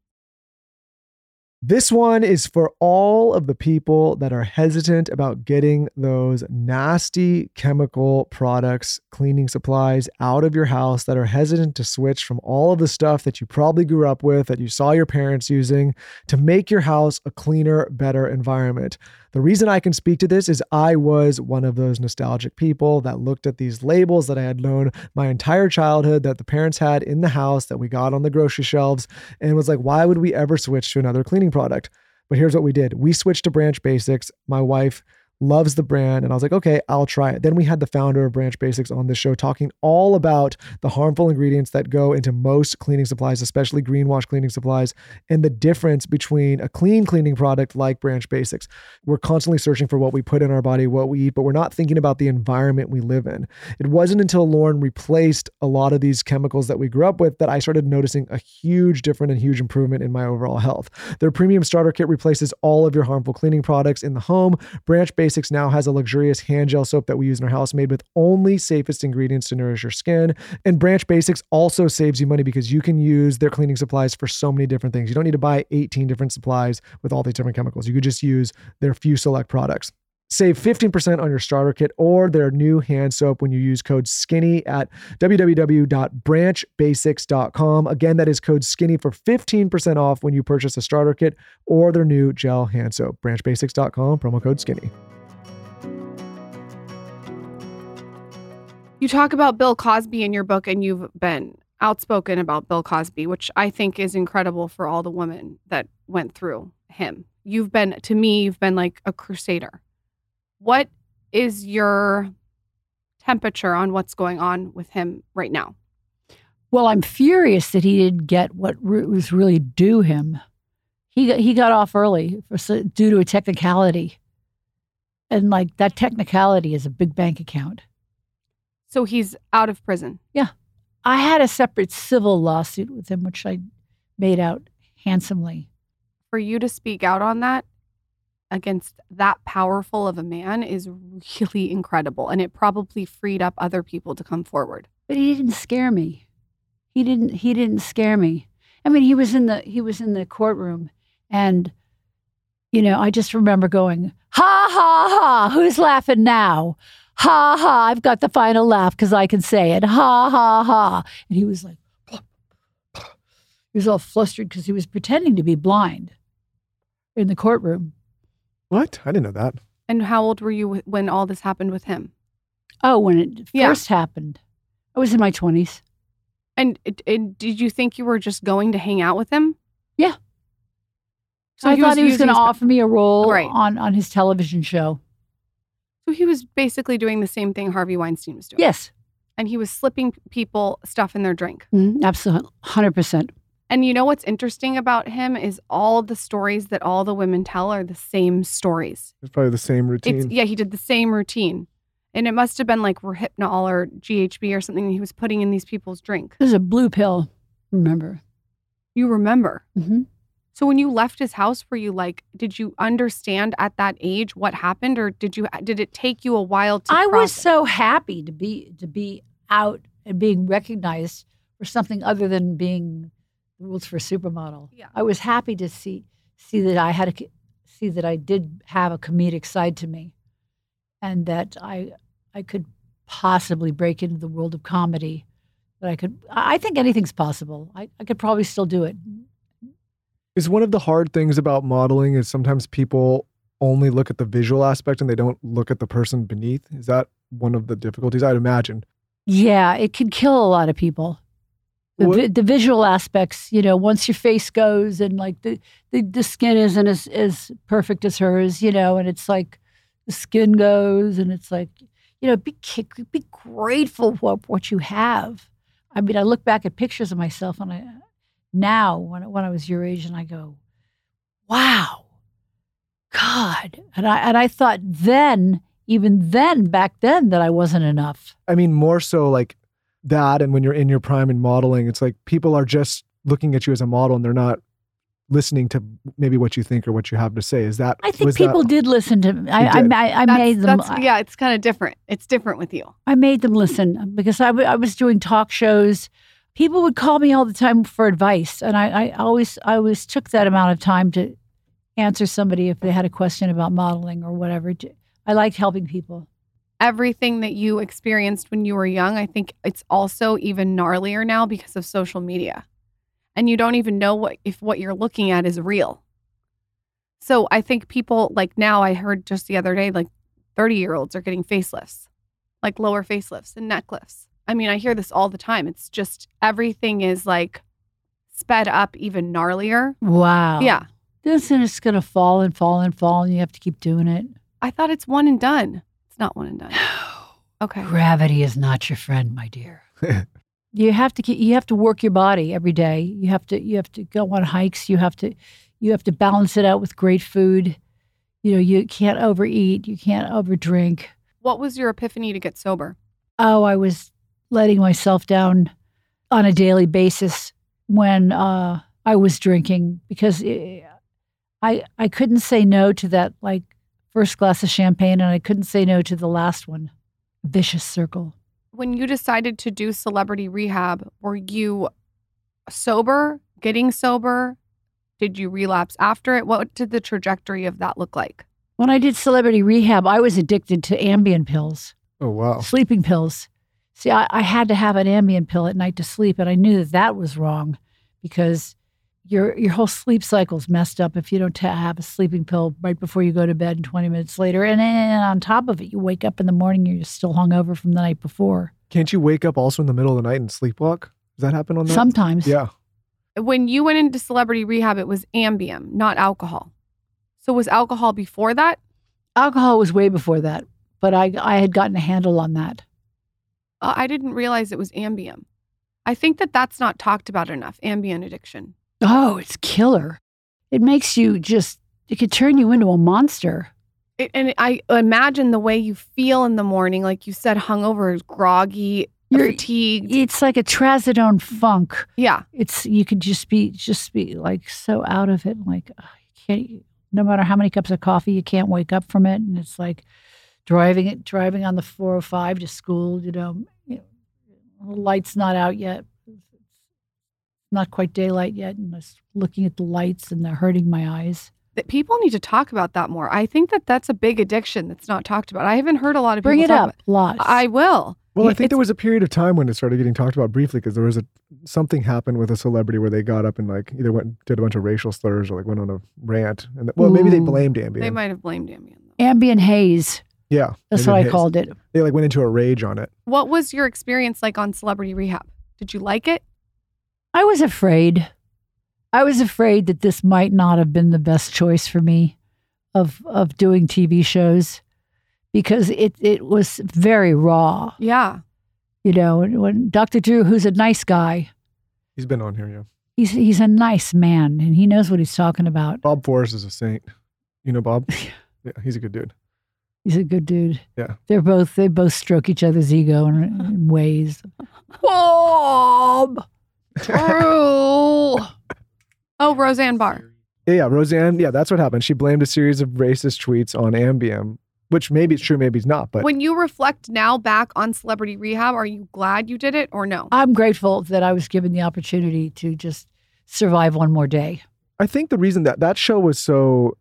This one is for all of the people that are hesitant about getting those nasty chemical products, cleaning supplies out of your house, that are hesitant to switch from all of the stuff that you probably grew up with, that you saw your parents using, to make your house a cleaner, better environment. The reason I can speak to this is I was one of those nostalgic people that looked at these labels that I had known my entire childhood that the parents had in the house that we got on the grocery shelves and was like, why would we ever switch to another cleaning product? But here's what we did we switched to Branch Basics. My wife loves the brand. And I was like, okay, I'll try it. Then we had the founder of Branch Basics on the show talking all about the harmful ingredients that go into most cleaning supplies, especially greenwash cleaning supplies, and the difference between a clean cleaning product like Branch Basics. We're constantly searching for what we put in our body, what we eat, but we're not thinking about the environment we live in. It wasn't until Lauren replaced a lot of these chemicals that we grew up with that I started noticing a huge difference and huge improvement in my overall health. Their premium starter kit replaces all of your harmful cleaning products in the home. Branch Basics Basics now has a luxurious hand gel soap that we use in our house made with only safest ingredients to nourish your skin. And Branch Basics also saves you money because you can use their cleaning supplies for so many different things. You don't need to buy 18 different supplies with all these different chemicals. You could just use their few select products. Save 15% on your starter kit or their new hand soap when you use code SKINNY at www.branchbasics.com. Again, that is code SKINNY for 15% off when you purchase a starter kit or their new gel hand soap. Branchbasics.com, promo code SKINNY.
You talk about Bill Cosby in your book, and you've been outspoken about Bill Cosby, which I think is incredible for all the women that went through him. You've been, to me, you've been like a crusader. What is your temperature on what's going on with him right now?
Well, I'm furious that he didn't get what re- was really due him. He got, he got off early for, so- due to a technicality. And like that technicality is a big bank account.
So he's out of prison.
I had a separate civil lawsuit with him, which I made out handsomely.
For you to speak out on that against that powerful of a man is really incredible. And it probably freed up other people to come forward.
But he didn't scare me. He didn't. He didn't scare me. I mean, he was in the he was in the courtroom, and you know, I just remember going, "Ha ha ha! Who's laughing now? Ha ha! I've got the final laugh because I can say it. Ha ha ha!" And he was like, He was all flustered because he was pretending to be blind in the courtroom.
What? I didn't know that.
And how old were you wh- when all this happened with him?
Oh, when it
Yeah.
first happened, I was in my 20s.
And, it- and did you think you were just going to hang out with him?
Yeah.
So
I
he
thought
was
he was
using
going to
his-
offer me a role
Right.
on, on his television show.
So he was basically doing the same thing Harvey Weinstein was doing.
Yes,
And he was slipping people stuff in their drink.
Mhm, absolutely. 100%.
And you know what's interesting about him is all the stories that all the women tell are the same stories.
It's probably the same
It's,
routine.
yeah, he did the same routine. And it must have been like Rohypnol or GHB or something he was putting in these people's drink.
This is a blue pill, remember.
You remember.
hmm
So when you left his house, were you like, did you understand at that age what happened, or did you did it take you a while to?
I was
process?
so happy to be to be out and being recognized for something other than being the rules for a supermodel.
Yeah.
I was happy to see see that I had a co- see that I did have a comedic side to me, and that I I could possibly break into the world of comedy. That I could. I I think anything's possible. I, I could probably still do it.
Is one of the hard things about modeling is sometimes people only look at the visual aspect and they don't look at the person beneath. Is that one of the difficulties? I'd imagine.
Yeah, it can kill a lot of people. The,
What-
vi- the visual aspects, you know, once your face goes and like the, the, the skin isn't as, as perfect as hers, you know, and it's like the skin goes and it's like, you know, be, ki- be grateful for what you have. I mean, I look back at pictures of myself and I, now when, I- when I was your age and I go, wow, God. And I, and I thought then, even then, back then, that I wasn't enough.
I mean, more so like that. And when you're in your prime in modeling, it's like people are just looking at you as a model and they're not listening to maybe what you think or what you have to say. Is that?
I think
was that-
people did listen to me. I, I,
You did.
I, I
That's-
made them.
that's- yeah, it's kind of different. It's different with you.
I made them listen because I, w- I was doing talk shows. People would call me all the time for advice, and I, I always I always took that amount of time to answer somebody if they had a question about modeling or whatever. J- I liked helping people.
Everything that you experienced when you were young, I think it's also even gnarlier now because of social media, and you don't even know what if what you're looking at is real. So I think people like now. I heard just the other day, like thirty year olds are getting facelifts, like lower facelifts and neck lifts. I mean, I hear this all the time. It's just everything is like sped up, even gnarlier.
Wow.
Yeah,
This is just gonna fall and fall and fall, and you have to keep doing it.
I thought it's one and done. It's not one and done. Okay.
Gravity is not your friend, my dear. you have to ke- you have to work your body every day. You have to you have to go on hikes. You have to you have to balance it out with great food. You know, you can't overeat, you can't overdrink.
What was your epiphany to get sober?
Oh, I was letting myself down on a daily basis when uh, I was drinking because it, I I couldn't say no to that like first glass of champagne and I couldn't say no to the last one. Vicious circle.
When you decided to do celebrity rehab, were you sober, getting sober? Did you relapse after it? What did the trajectory of that look like?
When I did celebrity rehab, I was addicted to Ambien pills,
Oh wow.
sleeping pills. See, I, I had to have an Ambien pill at night to sleep, and I knew that that was wrong because your your whole sleep cycle's messed up if you don't ta have a sleeping pill right before you go to bed and 20 minutes later. And then on top of it, you wake up in the morning and you're still hungover from the night before.
Can't you wake up also in the middle of the night and sleepwalk? Does that happen on that?
Sometimes.
Yeah.
When you went into celebrity rehab, it was Ambien, not alcohol. So was alcohol before that?
Alcohol was way before that, but I, I had gotten a handle on that.
Uh, I didn't realize it was Ambien. I think that that's not talked about enough, Ambien addiction.
Oh, it's killer. It makes you just, it could turn you into a monster.
It, and I imagine the way you feel in the morning, like you said, hungover, groggy,
You're-
fatigued.
it's like a trazodone funk.
yeah,
It's you could just be just be like so out of it, like ugh, you can't. No matter how many cups of coffee, you can't wake up from it, and it's like driving it driving on the 405 to school. You know, you know, the light's not out yet, not quite daylight yet, and just looking at the lights and they're hurting my eyes.
that people need to talk about that more. I think that that's a big addiction that's not talked about. I haven't heard a lot of
Bring
people
it
talk
up, lots.
About I will
Well, I
Yeah,
think there
it's-
was a period of time when it started getting talked about briefly because there was a something happened with a celebrity where they got up and like either went did a bunch of racial slurs or like went on a rant and well maybe they
Ooh.
blamed Ambien.
They might have blamed Ambien. though.
Ambient haze.
yeah,
That's
Ambien
what I
haze.
called it.
They like went into a rage on it.
What was your experience like on Celebrity Rehab? Did you like it?
I was afraid. I was afraid that this might not have been the best choice for me of of doing TV shows because it it was very raw.
Yeah.
You know, when, when Dr. Drew, who's a nice guy,
He's been on here, yeah.
he's he's a nice man and he knows what he's talking about.
Bob Forrest is a saint. You know Bob? yeah, he's a good dude.
He's a good dude.
Yeah.
They're both they both stroke each other's ego in, in ways. Bob.
True. oh, Roseanne Barr.
Yeah, yeah, Roseanne. Yeah, that's what happened. She blamed a series of racist tweets on Ambien, which maybe it's true, maybe it's not. But
When you reflect now back on Celebrity Rehab, are you glad you did it or no?
I'm grateful that I was given the opportunity to just survive one more day.
I think the reason that that show was so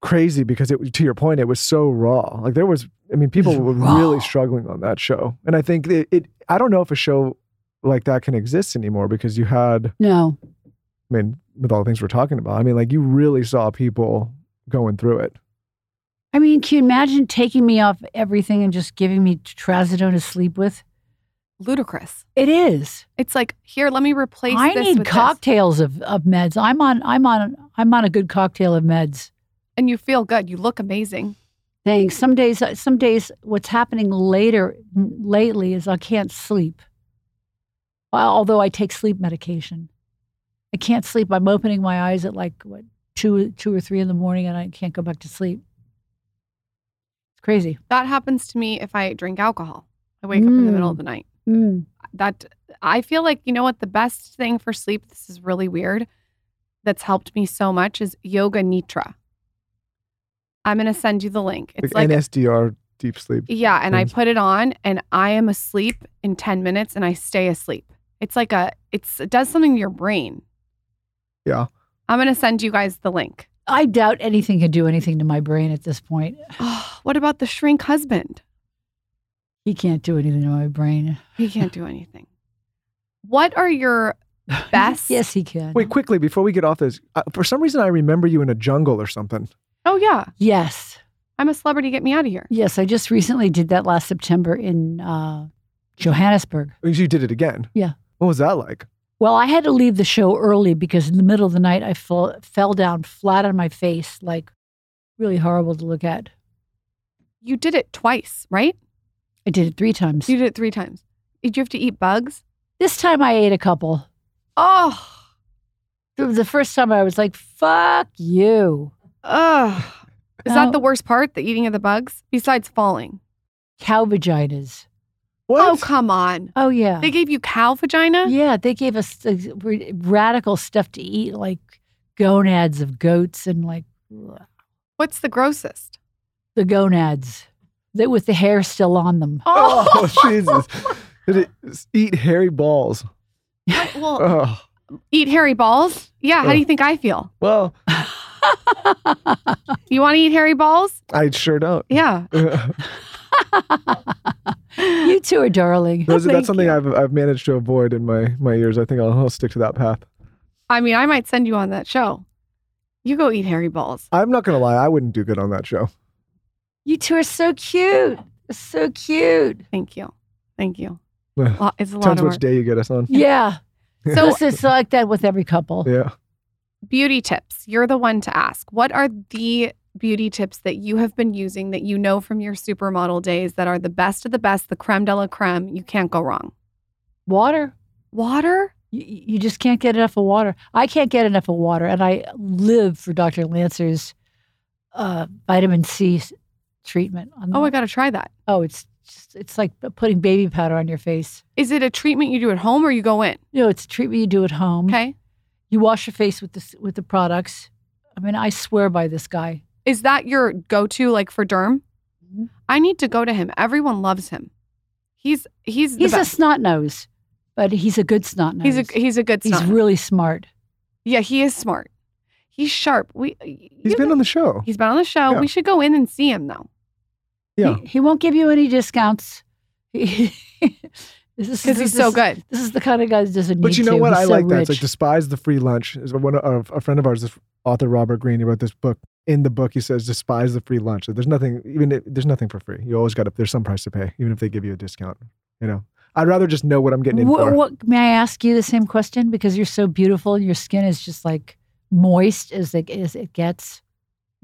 crazy because it, to your point, it was so raw. Like there was, I mean, people
It's
were
raw.
really struggling on that show, and I think it, it. I don't know if a show like that can exist anymore because you had,
No.
I mean, with all the things we're talking about, I mean, like you really saw people going through it.
I mean, can you imagine taking me off everything and just giving me trazodone to sleep with?
Ludicrous.
It is.
It's like, here, let me replace
I
this
need
with this.
cocktails of, of meds. I'm on I'm on I'm on a good cocktail of meds.
And you feel good. You look amazing.
Thanks. Some days some days what's happening later lately is I can't sleep. Well, although I take sleep medication. I can't sleep. I'm opening my eyes at like what two two or three in the morning and I can't go back to sleep. It's crazy.
That happens to me if I drink alcohol. I wake up in the middle of
Mm.
the night.
Mm.
That I feel like, you know what, the best thing for sleep, this is really weird, that's helped me so much is yoga nitra. I'm going to send you the link. It's like,
NSDR deep sleep.
yeah, and I
things.
put it on and I am asleep in 10 minutes and I stay asleep. It's like a, it's, it does something to your brain.
Yeah.
I'm going to send you guys the link.
I doubt anything can do anything to my brain at this point.
Oh, what about the shrink husband?
He can't do anything to my brain.
He can't do anything. What are your best?
Yes, he can.
Wait, quickly before we get off this, uh, for some reason I remember you in a jungle or something.
Oh yeah,
Yes.
I'm a celebrity. Get me out of here.
Yes. I just recently did that last September in uh, Johannesburg.
You did it again.
Yeah.
What was that like?
Well, I had to leave the show early because in the middle of the night, I fell, fell down flat on my face, like really horrible to look at.
You did it twice, right?
I did it three times.
You did it three times. Did you have to eat bugs?
This time I ate a couple.
Oh,
It was the first time I was like, fuck you.
ugh. Is that
No.
the worst part, the eating of the bugs, besides falling?
Cow vaginas.
Oh, come on.
Oh, yeah.
They gave you cow vagina?
Yeah, they gave us uh, r- radical stuff to eat, like gonads of goats and like
What's the grossest?
the gonads that with the hair still on them.
Oh, Jesus. Did it eat hairy balls?
What- Well,
Oh,
eat hairy balls? Yeah, how do you think I feel?
well,
You want to eat hairy balls?
I sure don't.
Yeah.
you two are darling.
Those,
Thank
that's something
you.
I've, I've managed to avoid in my, my years. I think I'll, I'll stick to that path.
I mean, I might send you on that show. You go eat hairy balls.
I'm not going to lie. I wouldn't do good on that show.
You two are so cute. So cute.
Thank you. Thank you.
Well,
Lo- It's Oh, a lot
Depends
of
which
work.
day you get us on.
Yeah. So
So,
it's, it's like that with every couple.
Yeah.
beauty tips. You're the one to ask. What are the beauty tips that you have been using that you know from your supermodel days that are the best of the best, the creme de la creme? You can't go wrong.
Water.
Water?
You, you just can't get enough of water. I can't get enough of water. And I live for Dr. Lancer's uh, vitamin C s- treatment. On
Oh, I
Mm-hmm.
the-
got to try that.
Oh, it's just, it's like putting baby powder on your face.
Is it a treatment you do at home or you go in?
Mm-hmm.
You know, it's a treatment you do at home.
Okay.
You wash your face with this with the products. I mean, I swear by this guy.
Is that your go to, like for derm?
Mm-hmm.
Mhm.
I need to go to him. Everyone loves him. He's he's the
He's a
best.
snot nose, but he's a good snot nose.
he's a he's a good
he's
snot.
really smart.
yeah, he is smart. He's sharp. We
He's
you
been on the show.
He's been on the show.
Yeah.
We should go in and see him though.
Yeah.
He, he won't give you any discounts. this is
because he's so
this-
good.
This is the kind of guy that doesn't need
But you know
to.
what?
He's
I
so
like that.
rich.
It's like despise the free lunch. Is one of a friend of ours, this author Robert Greene, he wrote this book. In the book, he says despise the free lunch. There's nothing, even if, there's nothing for free. You always got to. There's some price to pay, even if they give you a discount. You know, I'd rather just know what I'm getting in
Wha-
for.
what- may I ask you the same question? Because you're so beautiful, your skin is just like moist as it, as it gets.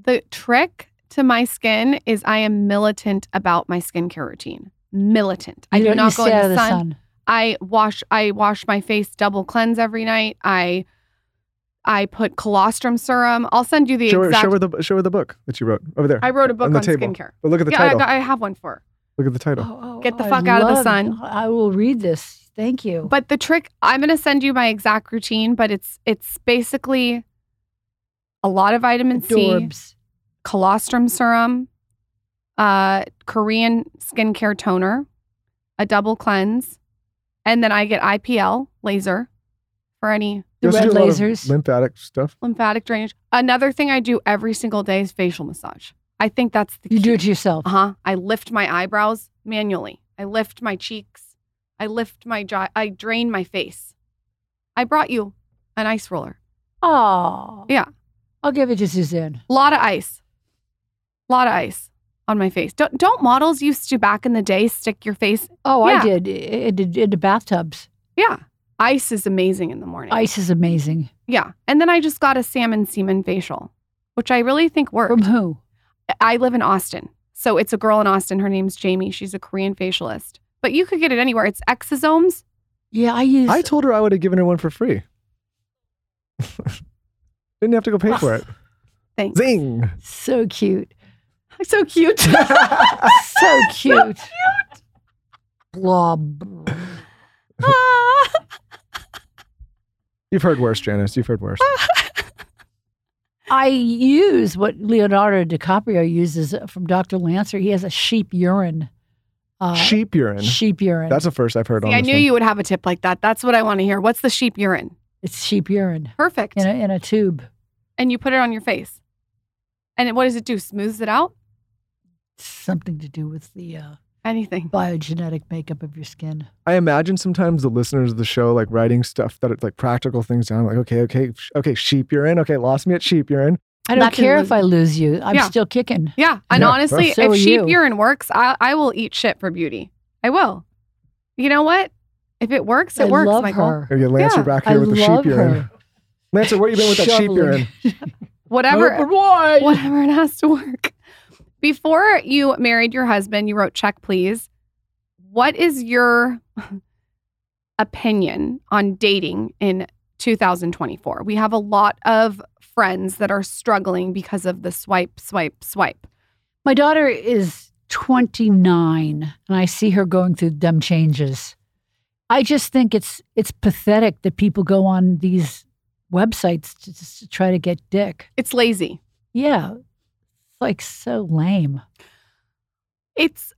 The trick to my skin is I am militant about my skincare routine. Militant. I
You
do
don't- you
not go
stay
in
out
the,
of
sun. I wash I wash my face double cleanse every night. I I put colostrum serum. I'll send you the
Show her,
exact
show her the show her the book that you wrote over there.
I wrote a book
on
on,
the table.
skincare.
but look at the
Yeah, I,
title.
got- I have one for. her.
look at the title.
Get the
I
fuck out of the
love-
sun.
I will read this. Thank you.
But the trick, I'm going to send you my exact routine, but it's it's basically a lot of vitamin C,
Adorbs.
colostrum serum, uh, Korean skincare toner, a double cleanse, and then I get IPL laser for any
The
You also
red
do a lot of
lasers.
lymphatic stuff.
lymphatic drainage. Another thing I do every single day is facial massage. I think that's the
You
key.
do it to yourself.
Uh huh. I lift my eyebrows manually. I lift my cheeks. I lift my jaw. I drain my face. I brought you an ice roller.
Oh.
Yeah.
I'll give it to Suzanne.
A lot of ice. A lot of ice on my face. Don't, don't models used to back in the day stick your face?
Oh,
Yeah.
I did. Into, into bathtubs.
Yeah. Ice is amazing in the morning.
Ice is amazing.
Yeah. And then I just got a salmon semen facial, which I really think worked.
From who?
I live in Austin. So it's a girl in Austin. Her name's Jamie. She's a Korean facialist. But you could get it anywhere. It's exosomes.
Yeah, I use.
I told her I would have given her one for free. Didn't have to go pay for it.
Thanks.
Zing!
so cute.
So cute.
so cute. Blob.
Ah.
You've heard worse, Janice. You've heard worse.
Ah.
I use what Leonardo DiCaprio uses from Dr. Lancer. He has a sheep urine. Uh,
Sheep urine.
Sheep urine.
That's a first I've heard
See,
on
I
this
knew
one.
you would have a tip like that. That's what I want to hear. What's the sheep urine?
it's sheep urine
Perfect.
in a, in a tube.
and you put it on your face. And it, what does it do? Smooths it out?
Something to do with the uh,
Anything.
biogenetic makeup of your skin.
I imagine sometimes the listeners of the show like writing stuff that it's like practical things down. Like, okay, okay, sh- okay, sheep urine. Okay, lost me at sheep urine.
I don't
Nothing
care
was-
if I lose you. I'm
Yeah.
still kicking.
Yeah. And
Yeah,
honestly,
so
if
are
sheep
you.
urine works, I, I will eat shit for beauty. I will. You know what? If it works,
I
it works,
love
Michael.
her.
Okay, Lancer
Yeah,
back
I
here with the
love
sheep urine.
her.
Lancer, where you been with that sheep
Shoveling.
urine?
Whatever.
Open wide.
whatever it has to work. Before you married your husband, you wrote check please. What is your opinion on dating in 2024? We have a lot of friends that are struggling because of the swipe, swipe, swipe.
My daughter is 29 and I see her going through dumb changes. I just think it's it's pathetic that people go on these websites to, just to try to get dick.
It's lazy.
Yeah. It's like so lame.
It's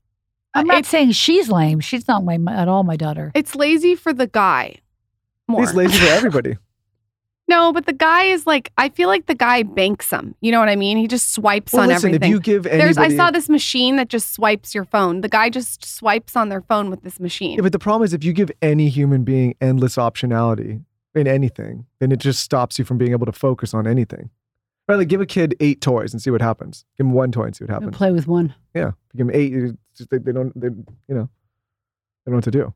I'm not
it's,
saying she's lame. She's not lame at all, my daughter.
it's lazy for the guy. More.
He's lazy for everybody.
No, but the guy is like I feel like the guy banks them. You know what I mean? He just swipes
well,
on
listen,
everything.
if you give anybody,
There's, I saw this machine that just swipes your phone. The guy just swipes on their phone with this machine.
Yeah, but the problem is if you give any human being endless optionality in anything, then it just stops you from being able to focus on anything. Right? Like give a kid eight toys and see what happens. Give him one toy and see what
Go
happens.
Play with one.
Yeah, give them eight. you just- They, they don't. They you know, they don't know what to do.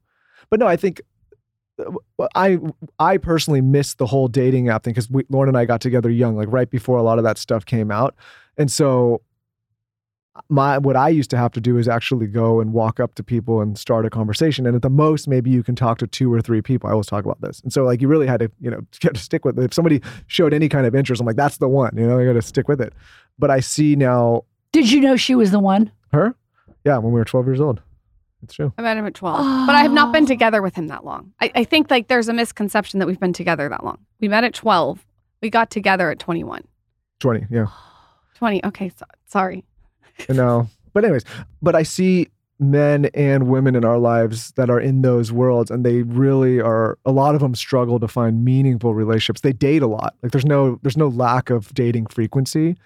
But no, I think uh, well, I I personally missed the whole dating app thing because Lauren and I got together young, like right before a lot of that stuff came out, and so my what I used to have to do is actually go and walk up to people and start a conversation, and at the most maybe you can talk to two or three people. I always talk about this, and so like you really had to you know get to stick with it. If somebody showed any kind of interest, I'm like that's the one. You know, I got to stick with it. But I see now
Did you know she was the one?
her? Yeah, when we were 12 years old. It's true.
I met him at 12, but I have not
Oh.
been together with him that long. I, I think like there's a misconception that we've been together that long. We met at 12. We got together at 21.
20, yeah.
20. Okay, so, sorry.
You know. But anyways, but I see men and women in our lives that are in those worlds and they really are a lot of them struggle to find meaningful relationships. They date a lot. Like there's no there's no lack of dating frequency,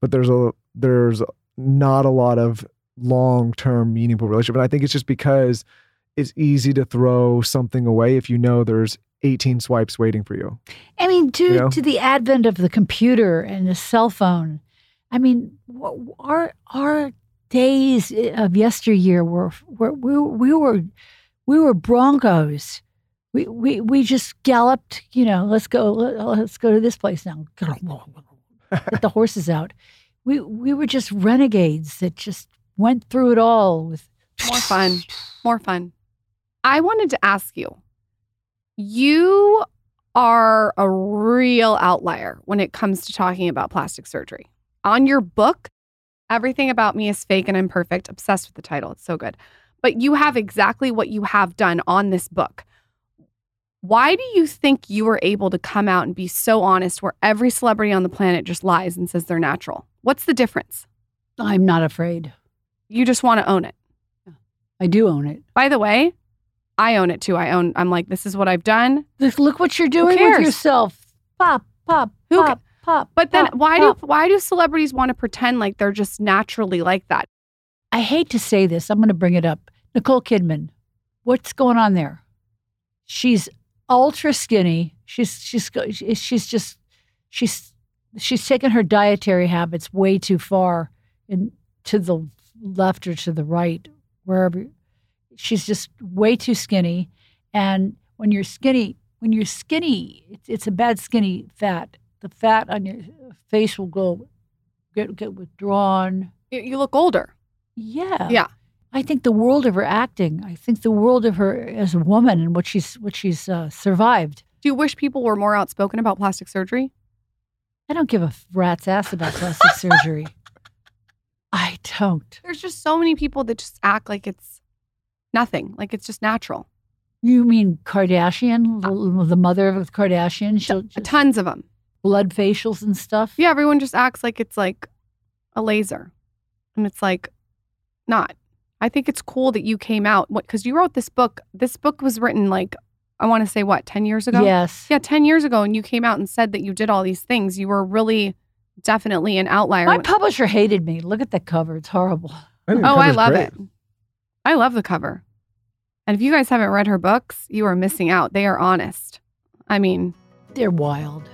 but there's a there's not a lot of long term meaningful relationship. And I think it's just because it's easy to throw something away if you know there's 18 swipes waiting for you.
I mean, to
You know?
to the advent of the computer and the cell phone, I mean, wh- our our days of yesteryear were, were we we were we were broncos. We, we we just galloped. You know, let's go. let- Let's go to this place now. Get the horses out. We we were just renegades that just went through it all with
More fun. More fun. I wanted to ask you you are a real outlier when it comes to talking about plastic surgery. On your book, Everything About Me is Fake and Imperfect, obsessed with the title. It's so good. But you have exactly what you have done on this book. Why do you think you were able to come out and be so honest where every celebrity on the planet just lies and says they're natural? What's the difference?
I'm not afraid.
You just want to own it.
I do own it.
By the way, I own it too. I own. I'm like, this is what I've done.
Look, look what you're doing with
cares?
yourself. Pop, pop,
Who ca-
pop, pop.
But then,
pop,
why do
pop.
why do celebrities want to pretend like they're just naturally like that?
I hate to say this? I'm going to bring it up. Nicole Kidman, what's going on there? She's ultra skinny. She's she's go- she's she's just she's she's taken her dietary habits way too far in to the left or to the right, wherever. She's just way too skinny, and when you're skinny, when you're skinny, it's, it's a bad skinny fat. The fat on your face will go get get withdrawn.
You, you look older.
Yeah.
Yeah.
I think the world of her acting. I think the world of her as a woman and what she's what she's uh, survived.
Do you wish people were more outspoken about plastic surgery?
I don't give a rat's ass about plastic surgery. I don't.
There's just so many people that just act like it's nothing, like it's just natural.
You mean Kardashian, the, the mother of the Kardashian? She'll just
Tons of them.
blood facials and stuff.
Yeah, everyone just acts like it's like a laser, and it's like not. I think it's cool that you came out because you wrote this book. This book was written like I want to say what ten years ago.
Yes.
Yeah, 10 years ago, and you came out and said that you did all these things. You were really definitely an outlier.
My publisher hated me. Look at that cover. It's horrible.
I think the
oh, I
cover's
love
great.
it. I love the cover. And if you guys haven't read her books, you are missing out. They are honest. I mean,
They're wild.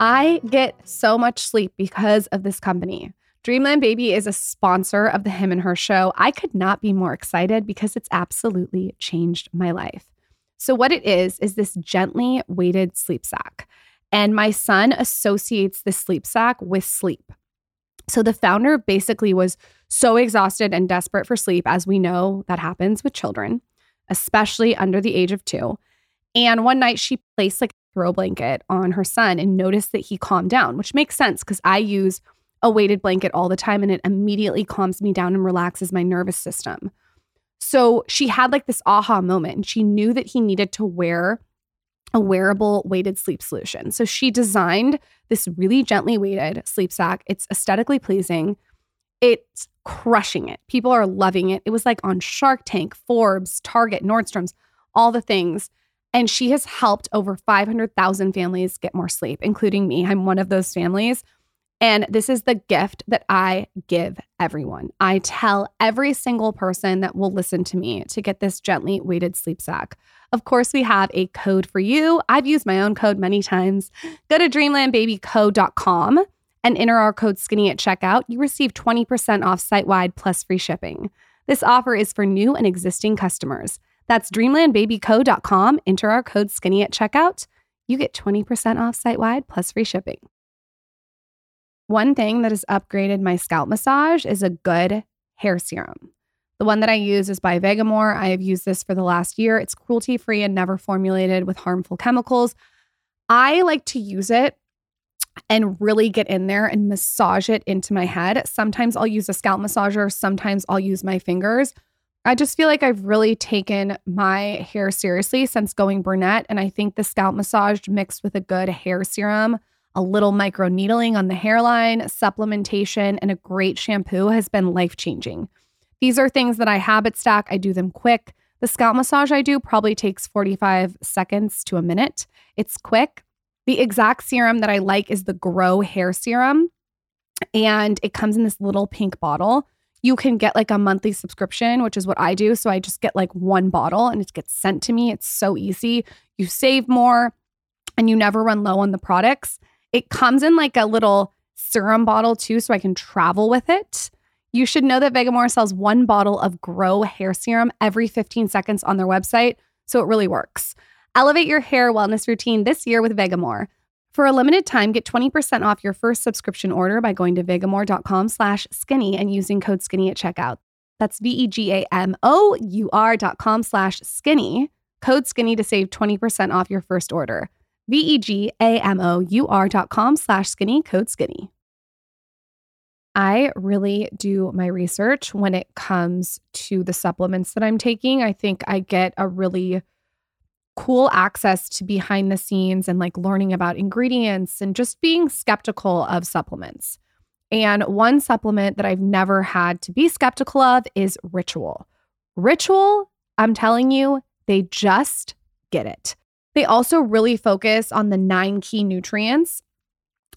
I get so much sleep because of this company. Dreamland Baby is a sponsor of the Him and Her show. I could not be more excited because it's absolutely changed my life. So, what it is, is this gently weighted sleep sack. And my son associates this sleep sack with sleep. So, the founder basically was so exhausted and desperate for sleep, as we know that happens with children, especially under the age of two. And one night she placed like a throw blanket on her son and noticed that he calmed down, which makes sense because I use a weighted blanket all the time and it immediately calms me down and relaxes my nervous system. So she had like this aha moment and she knew that he needed to wear a wearable weighted sleep solution. So she designed this really gently weighted sleep sack. It's aesthetically pleasing. It's crushing it. People are loving it. It was like on Shark Tank, Forbes, Target, Nordstrom's, all the things. And she has helped over 500,000 families get more sleep, including me. I'm one of those families. And this is the gift that I give everyone. I tell every single person that will listen to me to get this gently weighted sleep sack. Of course, we have a code for you. I've used my own code many times. Go to dreamlandbabyco.com and enter our code skinny at checkout. You receive 20% off site wide plus free shipping. This offer is for new and existing customers. That's dreamlandbabyco.com. Enter our code skinny at checkout. You get 20% off site wide plus free shipping. One thing that has upgraded my scalp massage is a good hair serum. The one that I use is by Vegamore. I have used this for the last year. It's cruelty free and never formulated with harmful chemicals. I like to use it and really get in there and massage it into my head. Sometimes I'll use a scalp massager, sometimes I'll use my fingers. I just feel like I've really taken my hair seriously since going brunette. And I think the scalp massage mixed with a good hair serum, a little micro needling on the hairline, supplementation, and a great shampoo has been life changing. These are things that I habit stack. I do them quick. The scalp massage I do probably takes 45 seconds to a minute. It's quick. The exact serum that I like is the Grow Hair Serum. and it comes in this little pink bottle. You can get like a monthly subscription, which is what I do. So I just get like one bottle and it gets sent to me. It's so easy. You save more and you never run low on the products. It comes in like a little serum bottle too, so I can travel with it. You should know that Vegamore sells one bottle of Grow hair serum every 15 seconds on their website, so it really works. Elevate your hair wellness routine this year with Vegamore. For a limited time, get 20% off your first subscription order by going to vegamore.com slash skinny and using code skinny at checkout. That's E V-E-G-A-M-O-U-R dot com slash skinny. Code skinny to save 20% off your first order. E V-E-G-A-M-O-U-R dot com slash skinny, code skinny. I really do my research when it comes to the supplements that I'm taking. I think I get a really cool access to behind the scenes and like learning about ingredients and just being skeptical of supplements. And one supplement that I've never had to be skeptical of is Ritual. Ritual, I'm telling you, they just get it. They also really focus on the nine key nutrients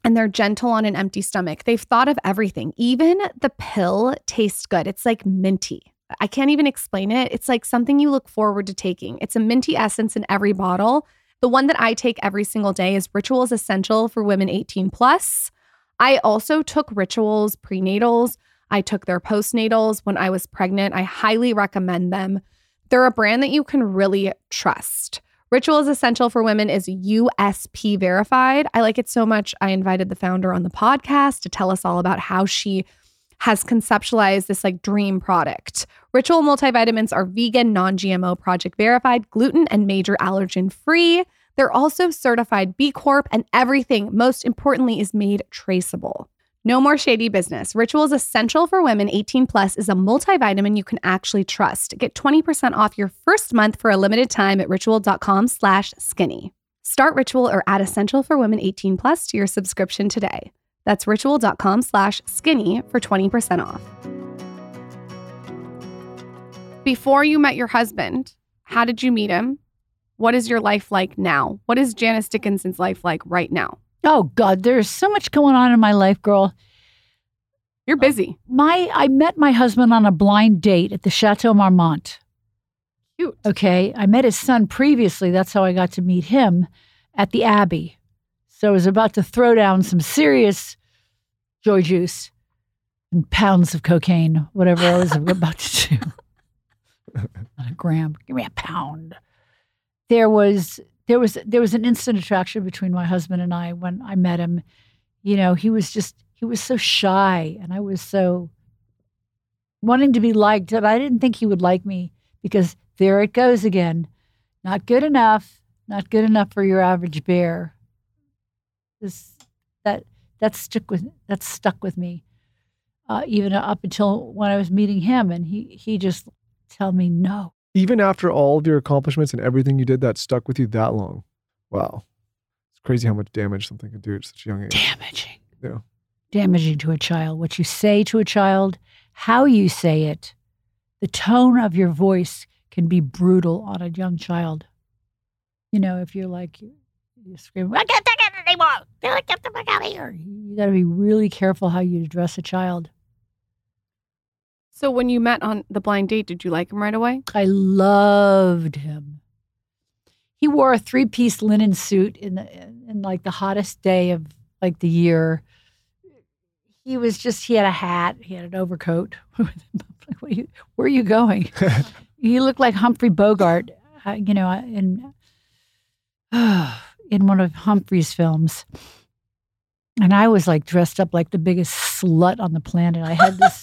and they're gentle on an empty stomach. They've thought of everything. Even the pill tastes good. It's like minty. I can't even explain it. It's like something you look forward to taking. It's a minty essence in every bottle. The one that I take every single day is Rituals Essential for Women 18 Plus. I also took Rituals prenatals. I took their postnatals when I was pregnant. I highly recommend them. They're a brand that you can really trust. Rituals Essential for Women is USP verified. I like it so much. I invited the founder on the podcast to tell us all about how she has conceptualized this like dream product. Ritual multivitamins are vegan, non GMO, project verified, gluten and major allergen free. They're also certified B Corp, and everything, most importantly, is made traceable. No more shady business. Ritual is essential for women 18 plus is a multivitamin you can actually trust. Get 20% off your first month for a limited time at ritual.com slash skinny. Start Ritual or add Essential for Women 18 plus to your subscription today. That's ritual.com slash skinny for 20% off. Before you met your husband, how did you meet him? What is your life like now? What is Janice Dickinson's life like right now?
Oh God, there's so much going on in my life, girl.
You're busy.
My I met my husband on a blind date at the Chateau Marmont.
Cute.
Okay. I met his son previously. That's how I got to meet him at the Abbey. So I was about to throw down some serious joy juice and pounds of cocaine, whatever I was about to do. Not a gram. Give me a pound. There was there was there was an instant attraction between my husband and I when I met him. You know, he was just he was so shy and I was so wanting to be liked and I didn't think he would like me because there it goes again. Not good enough, not good enough for your average bear. This that that stuck with that stuck with me. Uh, even up until when I was meeting him and he he just tell me no.
Even after all of your accomplishments and everything you did that stuck with you that long. Wow. It's crazy how much damage something can do at such a young age.
damaging.
Yeah.
Damaging to a child. What you say to a child, how you say it, the tone of your voice can be brutal on a young child. You know, if you're like, you're screaming, I can't take it anymore. Get the fuck out of here. You got to be really careful how you address a child.
So when you met on the blind date, did you like him right away?
I loved him. He wore a three-piece linen suit in the in, in like the hottest day of like the year. He was just he had a hat, he had an overcoat. I'm like, what are you, where are you going? he looked like Humphrey Bogart, uh, you know, in in one of Humphrey's films. And I was like dressed up like the biggest slut on the planet. I had this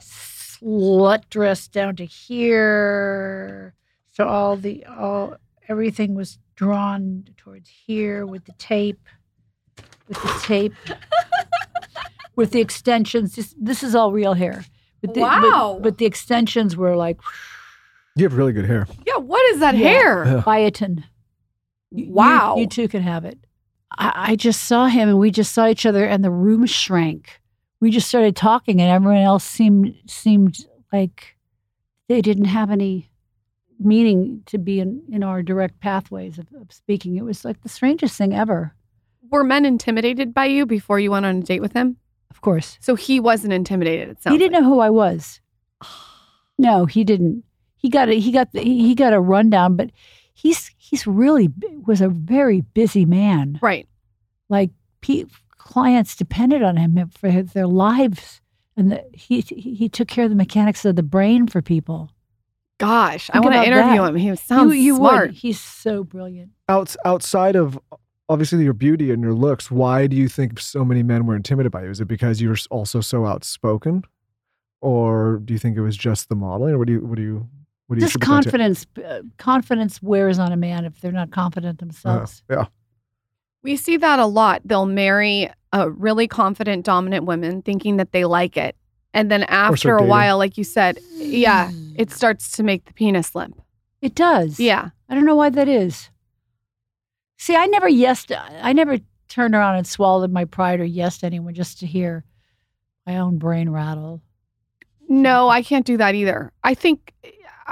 slut dress down to here. So all the all everything was drawn towards here with the tape, with the tape, with the extensions. This, this is all real hair. But the, but-
Wow.
but the extensions were like
You have really good hair.
Yeah, what is that
Yeah.
Uh-huh.
hair?
biotin. You- you-
Wow.
You, two could have it. I, I just saw him and we just saw each other and the room shrank. We just started talking and everyone else seemed seemed like they didn't have any meaning to be in, in our direct pathways of, of speaking. It was like the strangest thing ever.
Were men intimidated by you before you went on a date with him?
of course.
So he wasn't intimidated. It sounds
he didn't
like.
know who I was. No, he didn't. He got a, he got the, he got a rundown, but he's he's really bu- was a very busy man.
Right.
Like pe- clients depended on him for their lives, and the, he he took care of the mechanics of the brain for people.
Gosh, I
Think
want to
about
interview
that.
him. He sounds
you, you
smart.
Would. He's so brilliant.
Outs- outside of obviously your beauty and your looks, why do you think so many men were intimidated by you? Is it because you were s- also so outspoken, or do you think it was just the modeling, or what do you what do you what do you
Just
attribute that to?
confidence. uh, confidence wears on a man if they're not confident
Uh,
themselves.
yeah,
We see that a lot. They'll marry a really confident, dominant women, thinking that they like it. And then after
start
a
dating.
while, like you said, yeah,
Mm.
it starts to make the penis limp.
Uh.
It does.
Yeah.
I don't know why that is. See, I never yesed, I never turned around and swallowed my pride or yesed anyone just to hear my own brain rattle.
No, I can't do that either. I think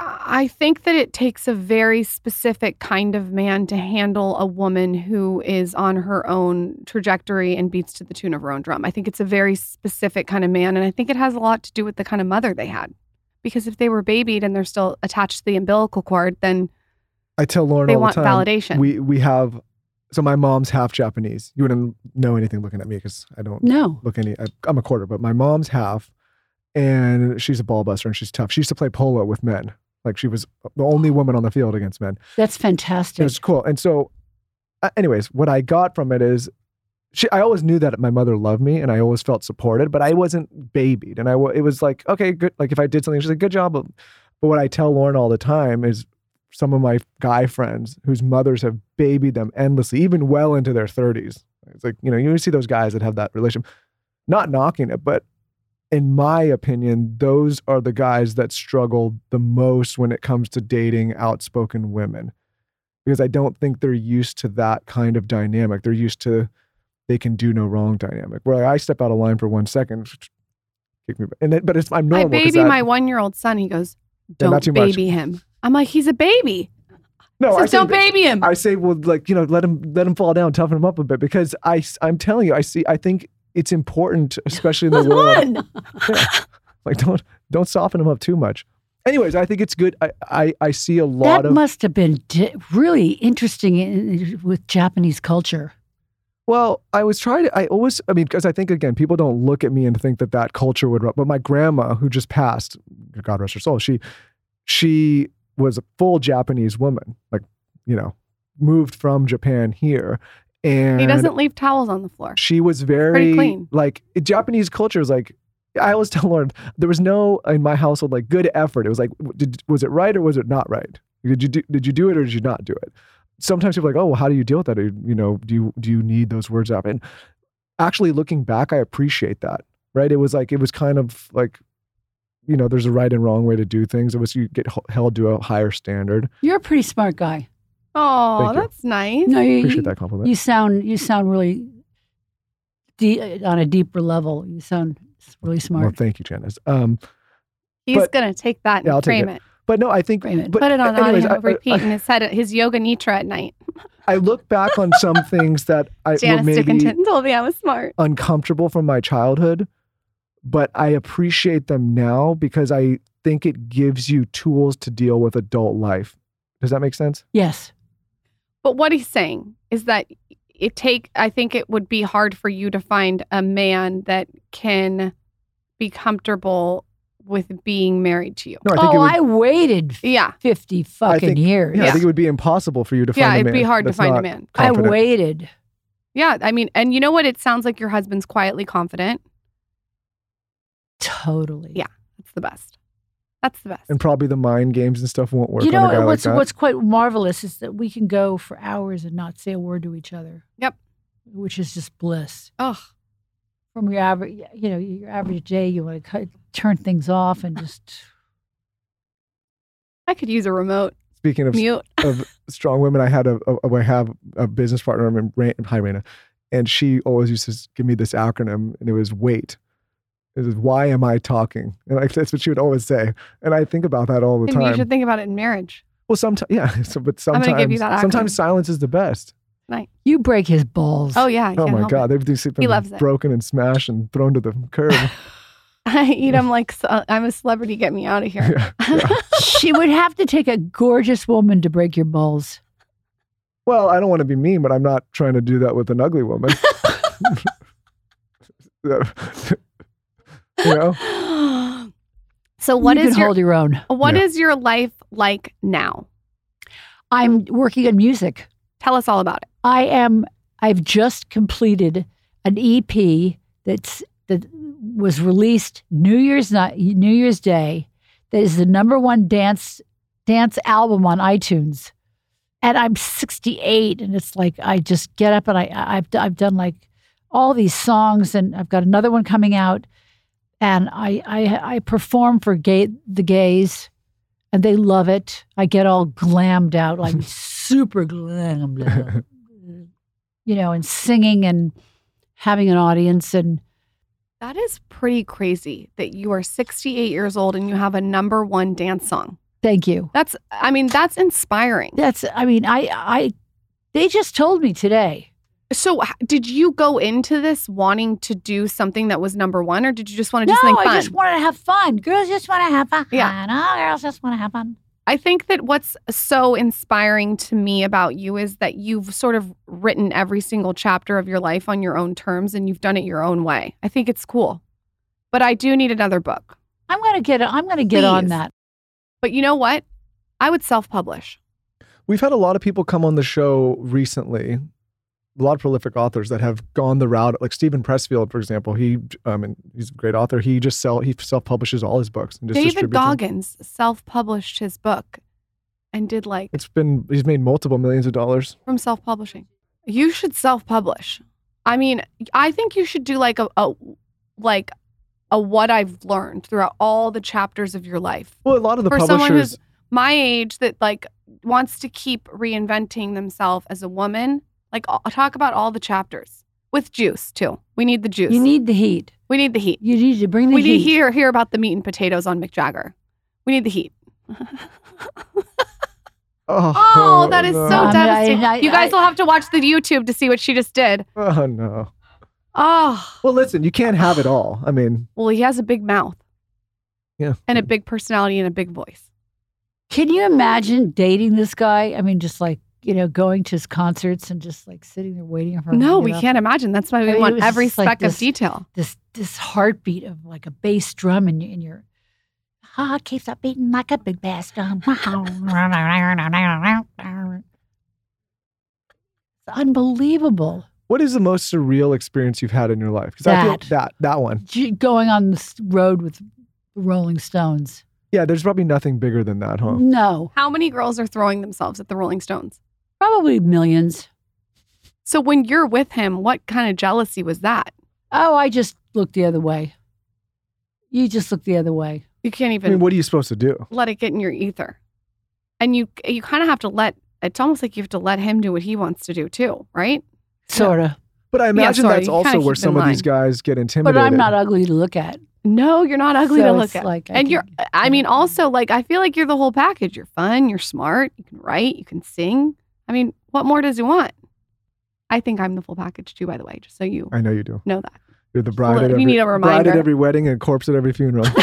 I think that it takes a very specific kind of man to handle a woman who is on her own trajectory and beats to the tune of her own drum. I think it's a very specific kind of man and I think it has a lot to do with the kind of mother they had. Because if they were babied and they're still attached to the umbilical cord, then
I tell Lauren
they
all
want
the time.
validation.
We we have so my mom's half Japanese. You wouldn't know anything looking at me because I don't
No.
look any. I, I'm a quarter, but my mom's half, and she's a ball buster and she's tough. She used to play polo with men. Like she was the only woman on the field against men.
That's
It
fantastic.
was cool. And so, uh, anyways, what I got from it is, she. I always knew that my mother loved me, and I always felt supported, but I wasn't babied, and I. wa- It was like okay, good. Like if I did something, she's like, good job. But but what I tell Lauren all the time is, some of my guy friends whose mothers have babied them endlessly, even well into their thirties. It's like you know, you always see those guys that have that relationship. Not knocking it, but in my opinion, those are the guys that struggle the most when it comes to dating outspoken women because I don't think they're used to that kind of dynamic. They're used to they can do no wrong dynamic. Where I step out of line for one second, kick me, back. and then, but it's I'm
I
normal. 'cause
baby
that-
my 1-year-old son, he goes,
Yeah,
"Don't
not too much.
baby him." I'm like, "He's a baby."
no,
So
I say
don't
ba-
baby him.
I say, well, like you know, let him let him fall down, toughen him up a bit, because I s- I'm telling you, I see, I think it's important, especially in the world. Like don't don't soften him up too much. Anyways, I think it's good. I I, I see a lot
That
of
must have been di- really interesting in, with Japanese culture.
Well, I was trying to, I always, I mean, because I think, again, people don't look at me and think that that culture would, ru- but my grandma, who just passed, God rest her soul, she, she was a full Japanese woman, like, you know, moved from Japan here. And
He doesn't leave towels on the floor.
she was very
pretty clean.
like Japanese culture is like I always tell Lauren there was no in my household like good effort. It was like w- did, was it right or was it not right? Did you do, did you do it or did you not do it? Sometimes people are like oh well how do you deal with that? Or, You know do you do you need those words out? And actually looking back, I appreciate that. Right? It was like it was kind of like you know there's a right and wrong way to do things. It was you get h- held to a higher standard.
You're a pretty smart guy.
Oh,
Thank you.
that's nice.
No, you,
Appreciate that compliment.
you sound you sound really de- on a deeper level. You sound really
well,
smart.
thank you, Janice. Um,
He's
But-
gonna take that and
Yeah, I'll take
frame it.
but no, I think
Frame it.
but
Put it on
anyways,
audio
I- I-
repeat in his head his yoga nitra at night.
I look back on some things that I were
Janice
maybe
Dickinson told me I was smart.
uncomfortable from my childhood, but I appreciate them now because I think it gives you tools to deal with adult life. Does that make sense?
yes.
But what he's saying is that it take I think it would be hard for you to find a man that can be comfortable with being married to you.
No, I think it
oh,
would.
I waited
Yeah.
50
I
fucking
think-
years.
yeah, I think it would be impossible for you to find.
Yeah,
a
it'd
man
be hard to
that's
find a
not
man.
I
confident.
waited.
Yeah, I mean, and you know what? It sounds like your husband's quietly confident.
Totally.
Yeah. That's the best. That's the best.
and probably the mind games and stuff won't work.
You
on a guy
know
like
what's
that.
what's quite marvelous is that we can go for hours and not say a word to each other.
Yep.
Which is just bliss.
Ugh.
From your average, you know, your average day, you want to cut, turn things off and just.
I could use a remote
speaking of
mute.
of strong women. I had a, a I have a business partner. I mean, Ran, hi Raina, and she always used to s- give me this acronym, and it was WAIT. It was why am I talking? And like that's what she would always say, and I think about that all the
Maybe you
time.
should think about it in marriage.
well, sometimes yeah, so, but
I'm
sometimes
gonna give you that acronym.
sometimes silence is the best.
night.
You break his balls.
Oh yeah. I
oh
can't
my
help
God,
It.
everything's
He
been
loves it.
broken and smashed and thrown to the curb.
I eat them like ce- I'm a celebrity. Get me out of here.
Yeah, yeah.
she would have to take a gorgeous woman to break your balls.
Well, I don't want to be mean, but I'm not trying to do that with an ugly woman. you know?
So what
you
is
can
your
hold your own?
what
Yeah.
is your life like now?
I'm working on music.
Tell us all about it.
I am. I've just completed an EP that's that was released New Year's night, New Year's Day. That is the number one dance dance album on iTunes, and I'm 68, and it's like I just get up and I I've I've done like all these songs, and I've got another one coming out, and I I, I perform for gay the gays, and they love it. I get all glammed out, like super glammed out you know, and singing and having an audience. And
That is pretty crazy that you are 68 years old and you have a number one dance song.
thank you.
That's I mean that's inspiring.
That's, I mean, I, I, they just told me today.
So h- did you go into this wanting to do something that was number one, or did you just want to do
no,
something fun?
I just want to have fun. Girls just want to have fun.
Yeah.
All girls just want to have fun.
I think that what's so inspiring to me about you is that you've sort of written every single chapter of your life on your own terms and you've done it your own way. I think it's cool. But I do need another book.
I'm going to get, I'm going to get on
Please.
that.
But you know what? I would self publish.
We've had a lot of people come on the show recently, a lot of prolific authors that have gone the route, like Stephen Pressfield, for example. He, I mean, he's a great author. He just sell he self publishes all his books and just
David
distributes them.
Goggins self published his book and did like
It's been he's made multiple millions of dollars.
from self publishing. You should self publish. I mean, I think you should do like a, a like a what I've learned throughout all the chapters of your life.
Well, a lot of the
For someone
publishers,
who's my age that like wants to keep reinventing themselves as a woman. Like I'll talk about all the chapters with juice too. We need the juice.
You need the heat.
we need the heat.
You need to bring the
We
heat.
need hear hear about the meat and potatoes on Mick Jagger. We need the heat.
oh,
Oh, that is
no.
so
I mean, I-
devastating.
I-
you guys
I-
will have to watch the YouTube to see what she just did.
Oh no.
Oh,
Well, listen, you can't have it all. I mean,
well, he has a big mouth
yeah.
and a big personality and a big voice.
Can you imagine dating this guy? I mean, just like, you know, going to his concerts and just like sitting there waiting for him. to
No,
get
we
up.
can't imagine. That's why
I
we
mean, it
want
was
every
just like
speck of
this-
detail.
this this heartbeat of like a bass drum in, your- in your heart keeps up beating like a big bass drum. it's unbelievable.
What is the most surreal experience you've had in your life? Because I feel
That.
that that one.
G- Going on this road with the Rolling Stones.
Yeah, there's probably nothing bigger than that, huh?
No,
How many girls are throwing themselves at the Rolling Stones?
probably millions.
So when you're with him, what kind of jealousy was that?
Oh, I just looked the other way. You just look the other way.
You can't
I
even
mean, what are you supposed to do?
let it get in your ether. And you you kind of have to let it's almost like you have to let him do what he wants to do too, right?
Sort of.
But I imagine
sorry,
that's
you kinda
also where
keep in
some of these
line.
guys get intimidated.
But I'm not ugly to look at.
No, you're not ugly
So
to look
it's
at.
like I
and you're
can-
I mean also like I feel like you're the whole package. You're fun, you're smart, you can write, you can sing. I mean, what more does he want? I think I'm the full package too, by the way, just so you
I know you do.
know that.
You're the bride
Well,
at
we
every,
need a
bride at
reminder.
every wedding and corpse at every funeral.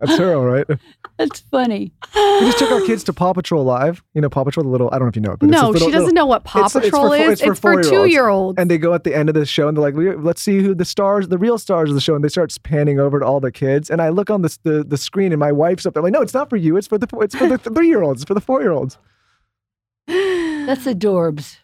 That's her, all right. We
That's funny.
just took our kids to Paw Patrol Live. You know, Paw Patrol, the little, I don't know if you know it, but it's
no,
this little-
she doesn't
little-
know what Paw
it's- it's for
Patrol
four-
is.
it's for
It's for two
four-year-olds.
year olds.
And they go at the end of the show and they're like, "We- let's see who the stars, the real stars of the show. And they start panning over to all the kids. And I look on the, the, the screen and my wife's up there like, no, it's not for you. It's for the, it's for the three year olds, for the four year olds.
That's adorbs.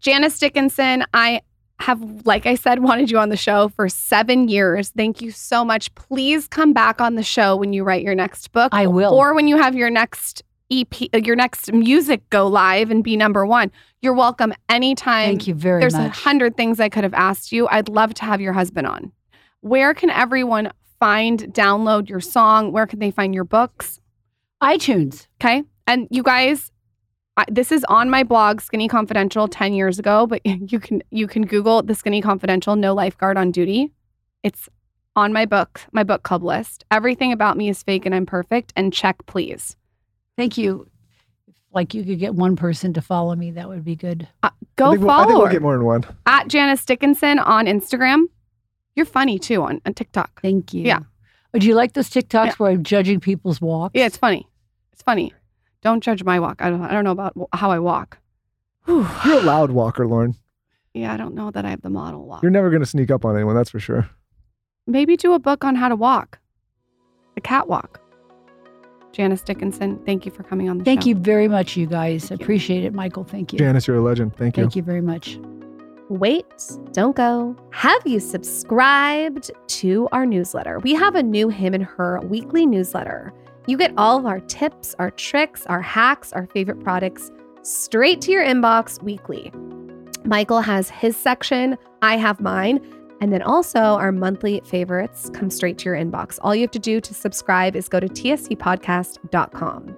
Janice Dickinson, I have, like I said, wanted you on the show for seven years. Thank you so much. Please come back on the show when you write your next book.
I will.
Or when you have your next EP, uh, your next music go live and be number one. You're welcome anytime.
Thank you very
There's a
much.
hundred things I could have asked you. I'd love to have your husband on. Where can everyone find, download your song? Where can they find your books?
iTunes.
Okay. And you guys, I, this is on my blog, Skinny Confidential, 10 years ago, but you can you can Google the Skinny Confidential, no lifeguard on duty. It's on my book, my book club list. Everything about me is fake and I'm perfect. And check, please.
Thank you. like you could get one person to follow me, that would be good.
I
Uh, Go
think we'll, I
follow
think we'll
her
get more than one.
at Janice Dickinson on Instagram. You're funny too on, on TikTok.
Thank you.
Yeah.
Oh, do you like those TikToks
Yeah.
where I'm judging people's walks?
Yeah, it's funny. It's funny. Don't judge my walk. I don't. I don't know about wh- how I walk. Whew.
You're a loud walker, Lauren.
Yeah, I don't know that I have the model walk.
You're never going to sneak up on anyone, that's for sure.
Maybe do a book on how to walk, the catwalk. Janice Dickinson, thank you for coming on the
Thank
show.
you very much, you guys.
Thank you.
Appreciate it, Michael. Thank you.
Janice, you're a legend. Thank you.
Thank you very much.
Wait, don't go. Have you subscribed to our newsletter? We have a new Him and Her weekly newsletter. You get all of our tips, our tricks, our hacks, our favorite products straight to your inbox weekly. Michael has his section, I have mine, and then also our monthly favorites come straight to your inbox. All you have to do to subscribe is go to tscpodcast.com.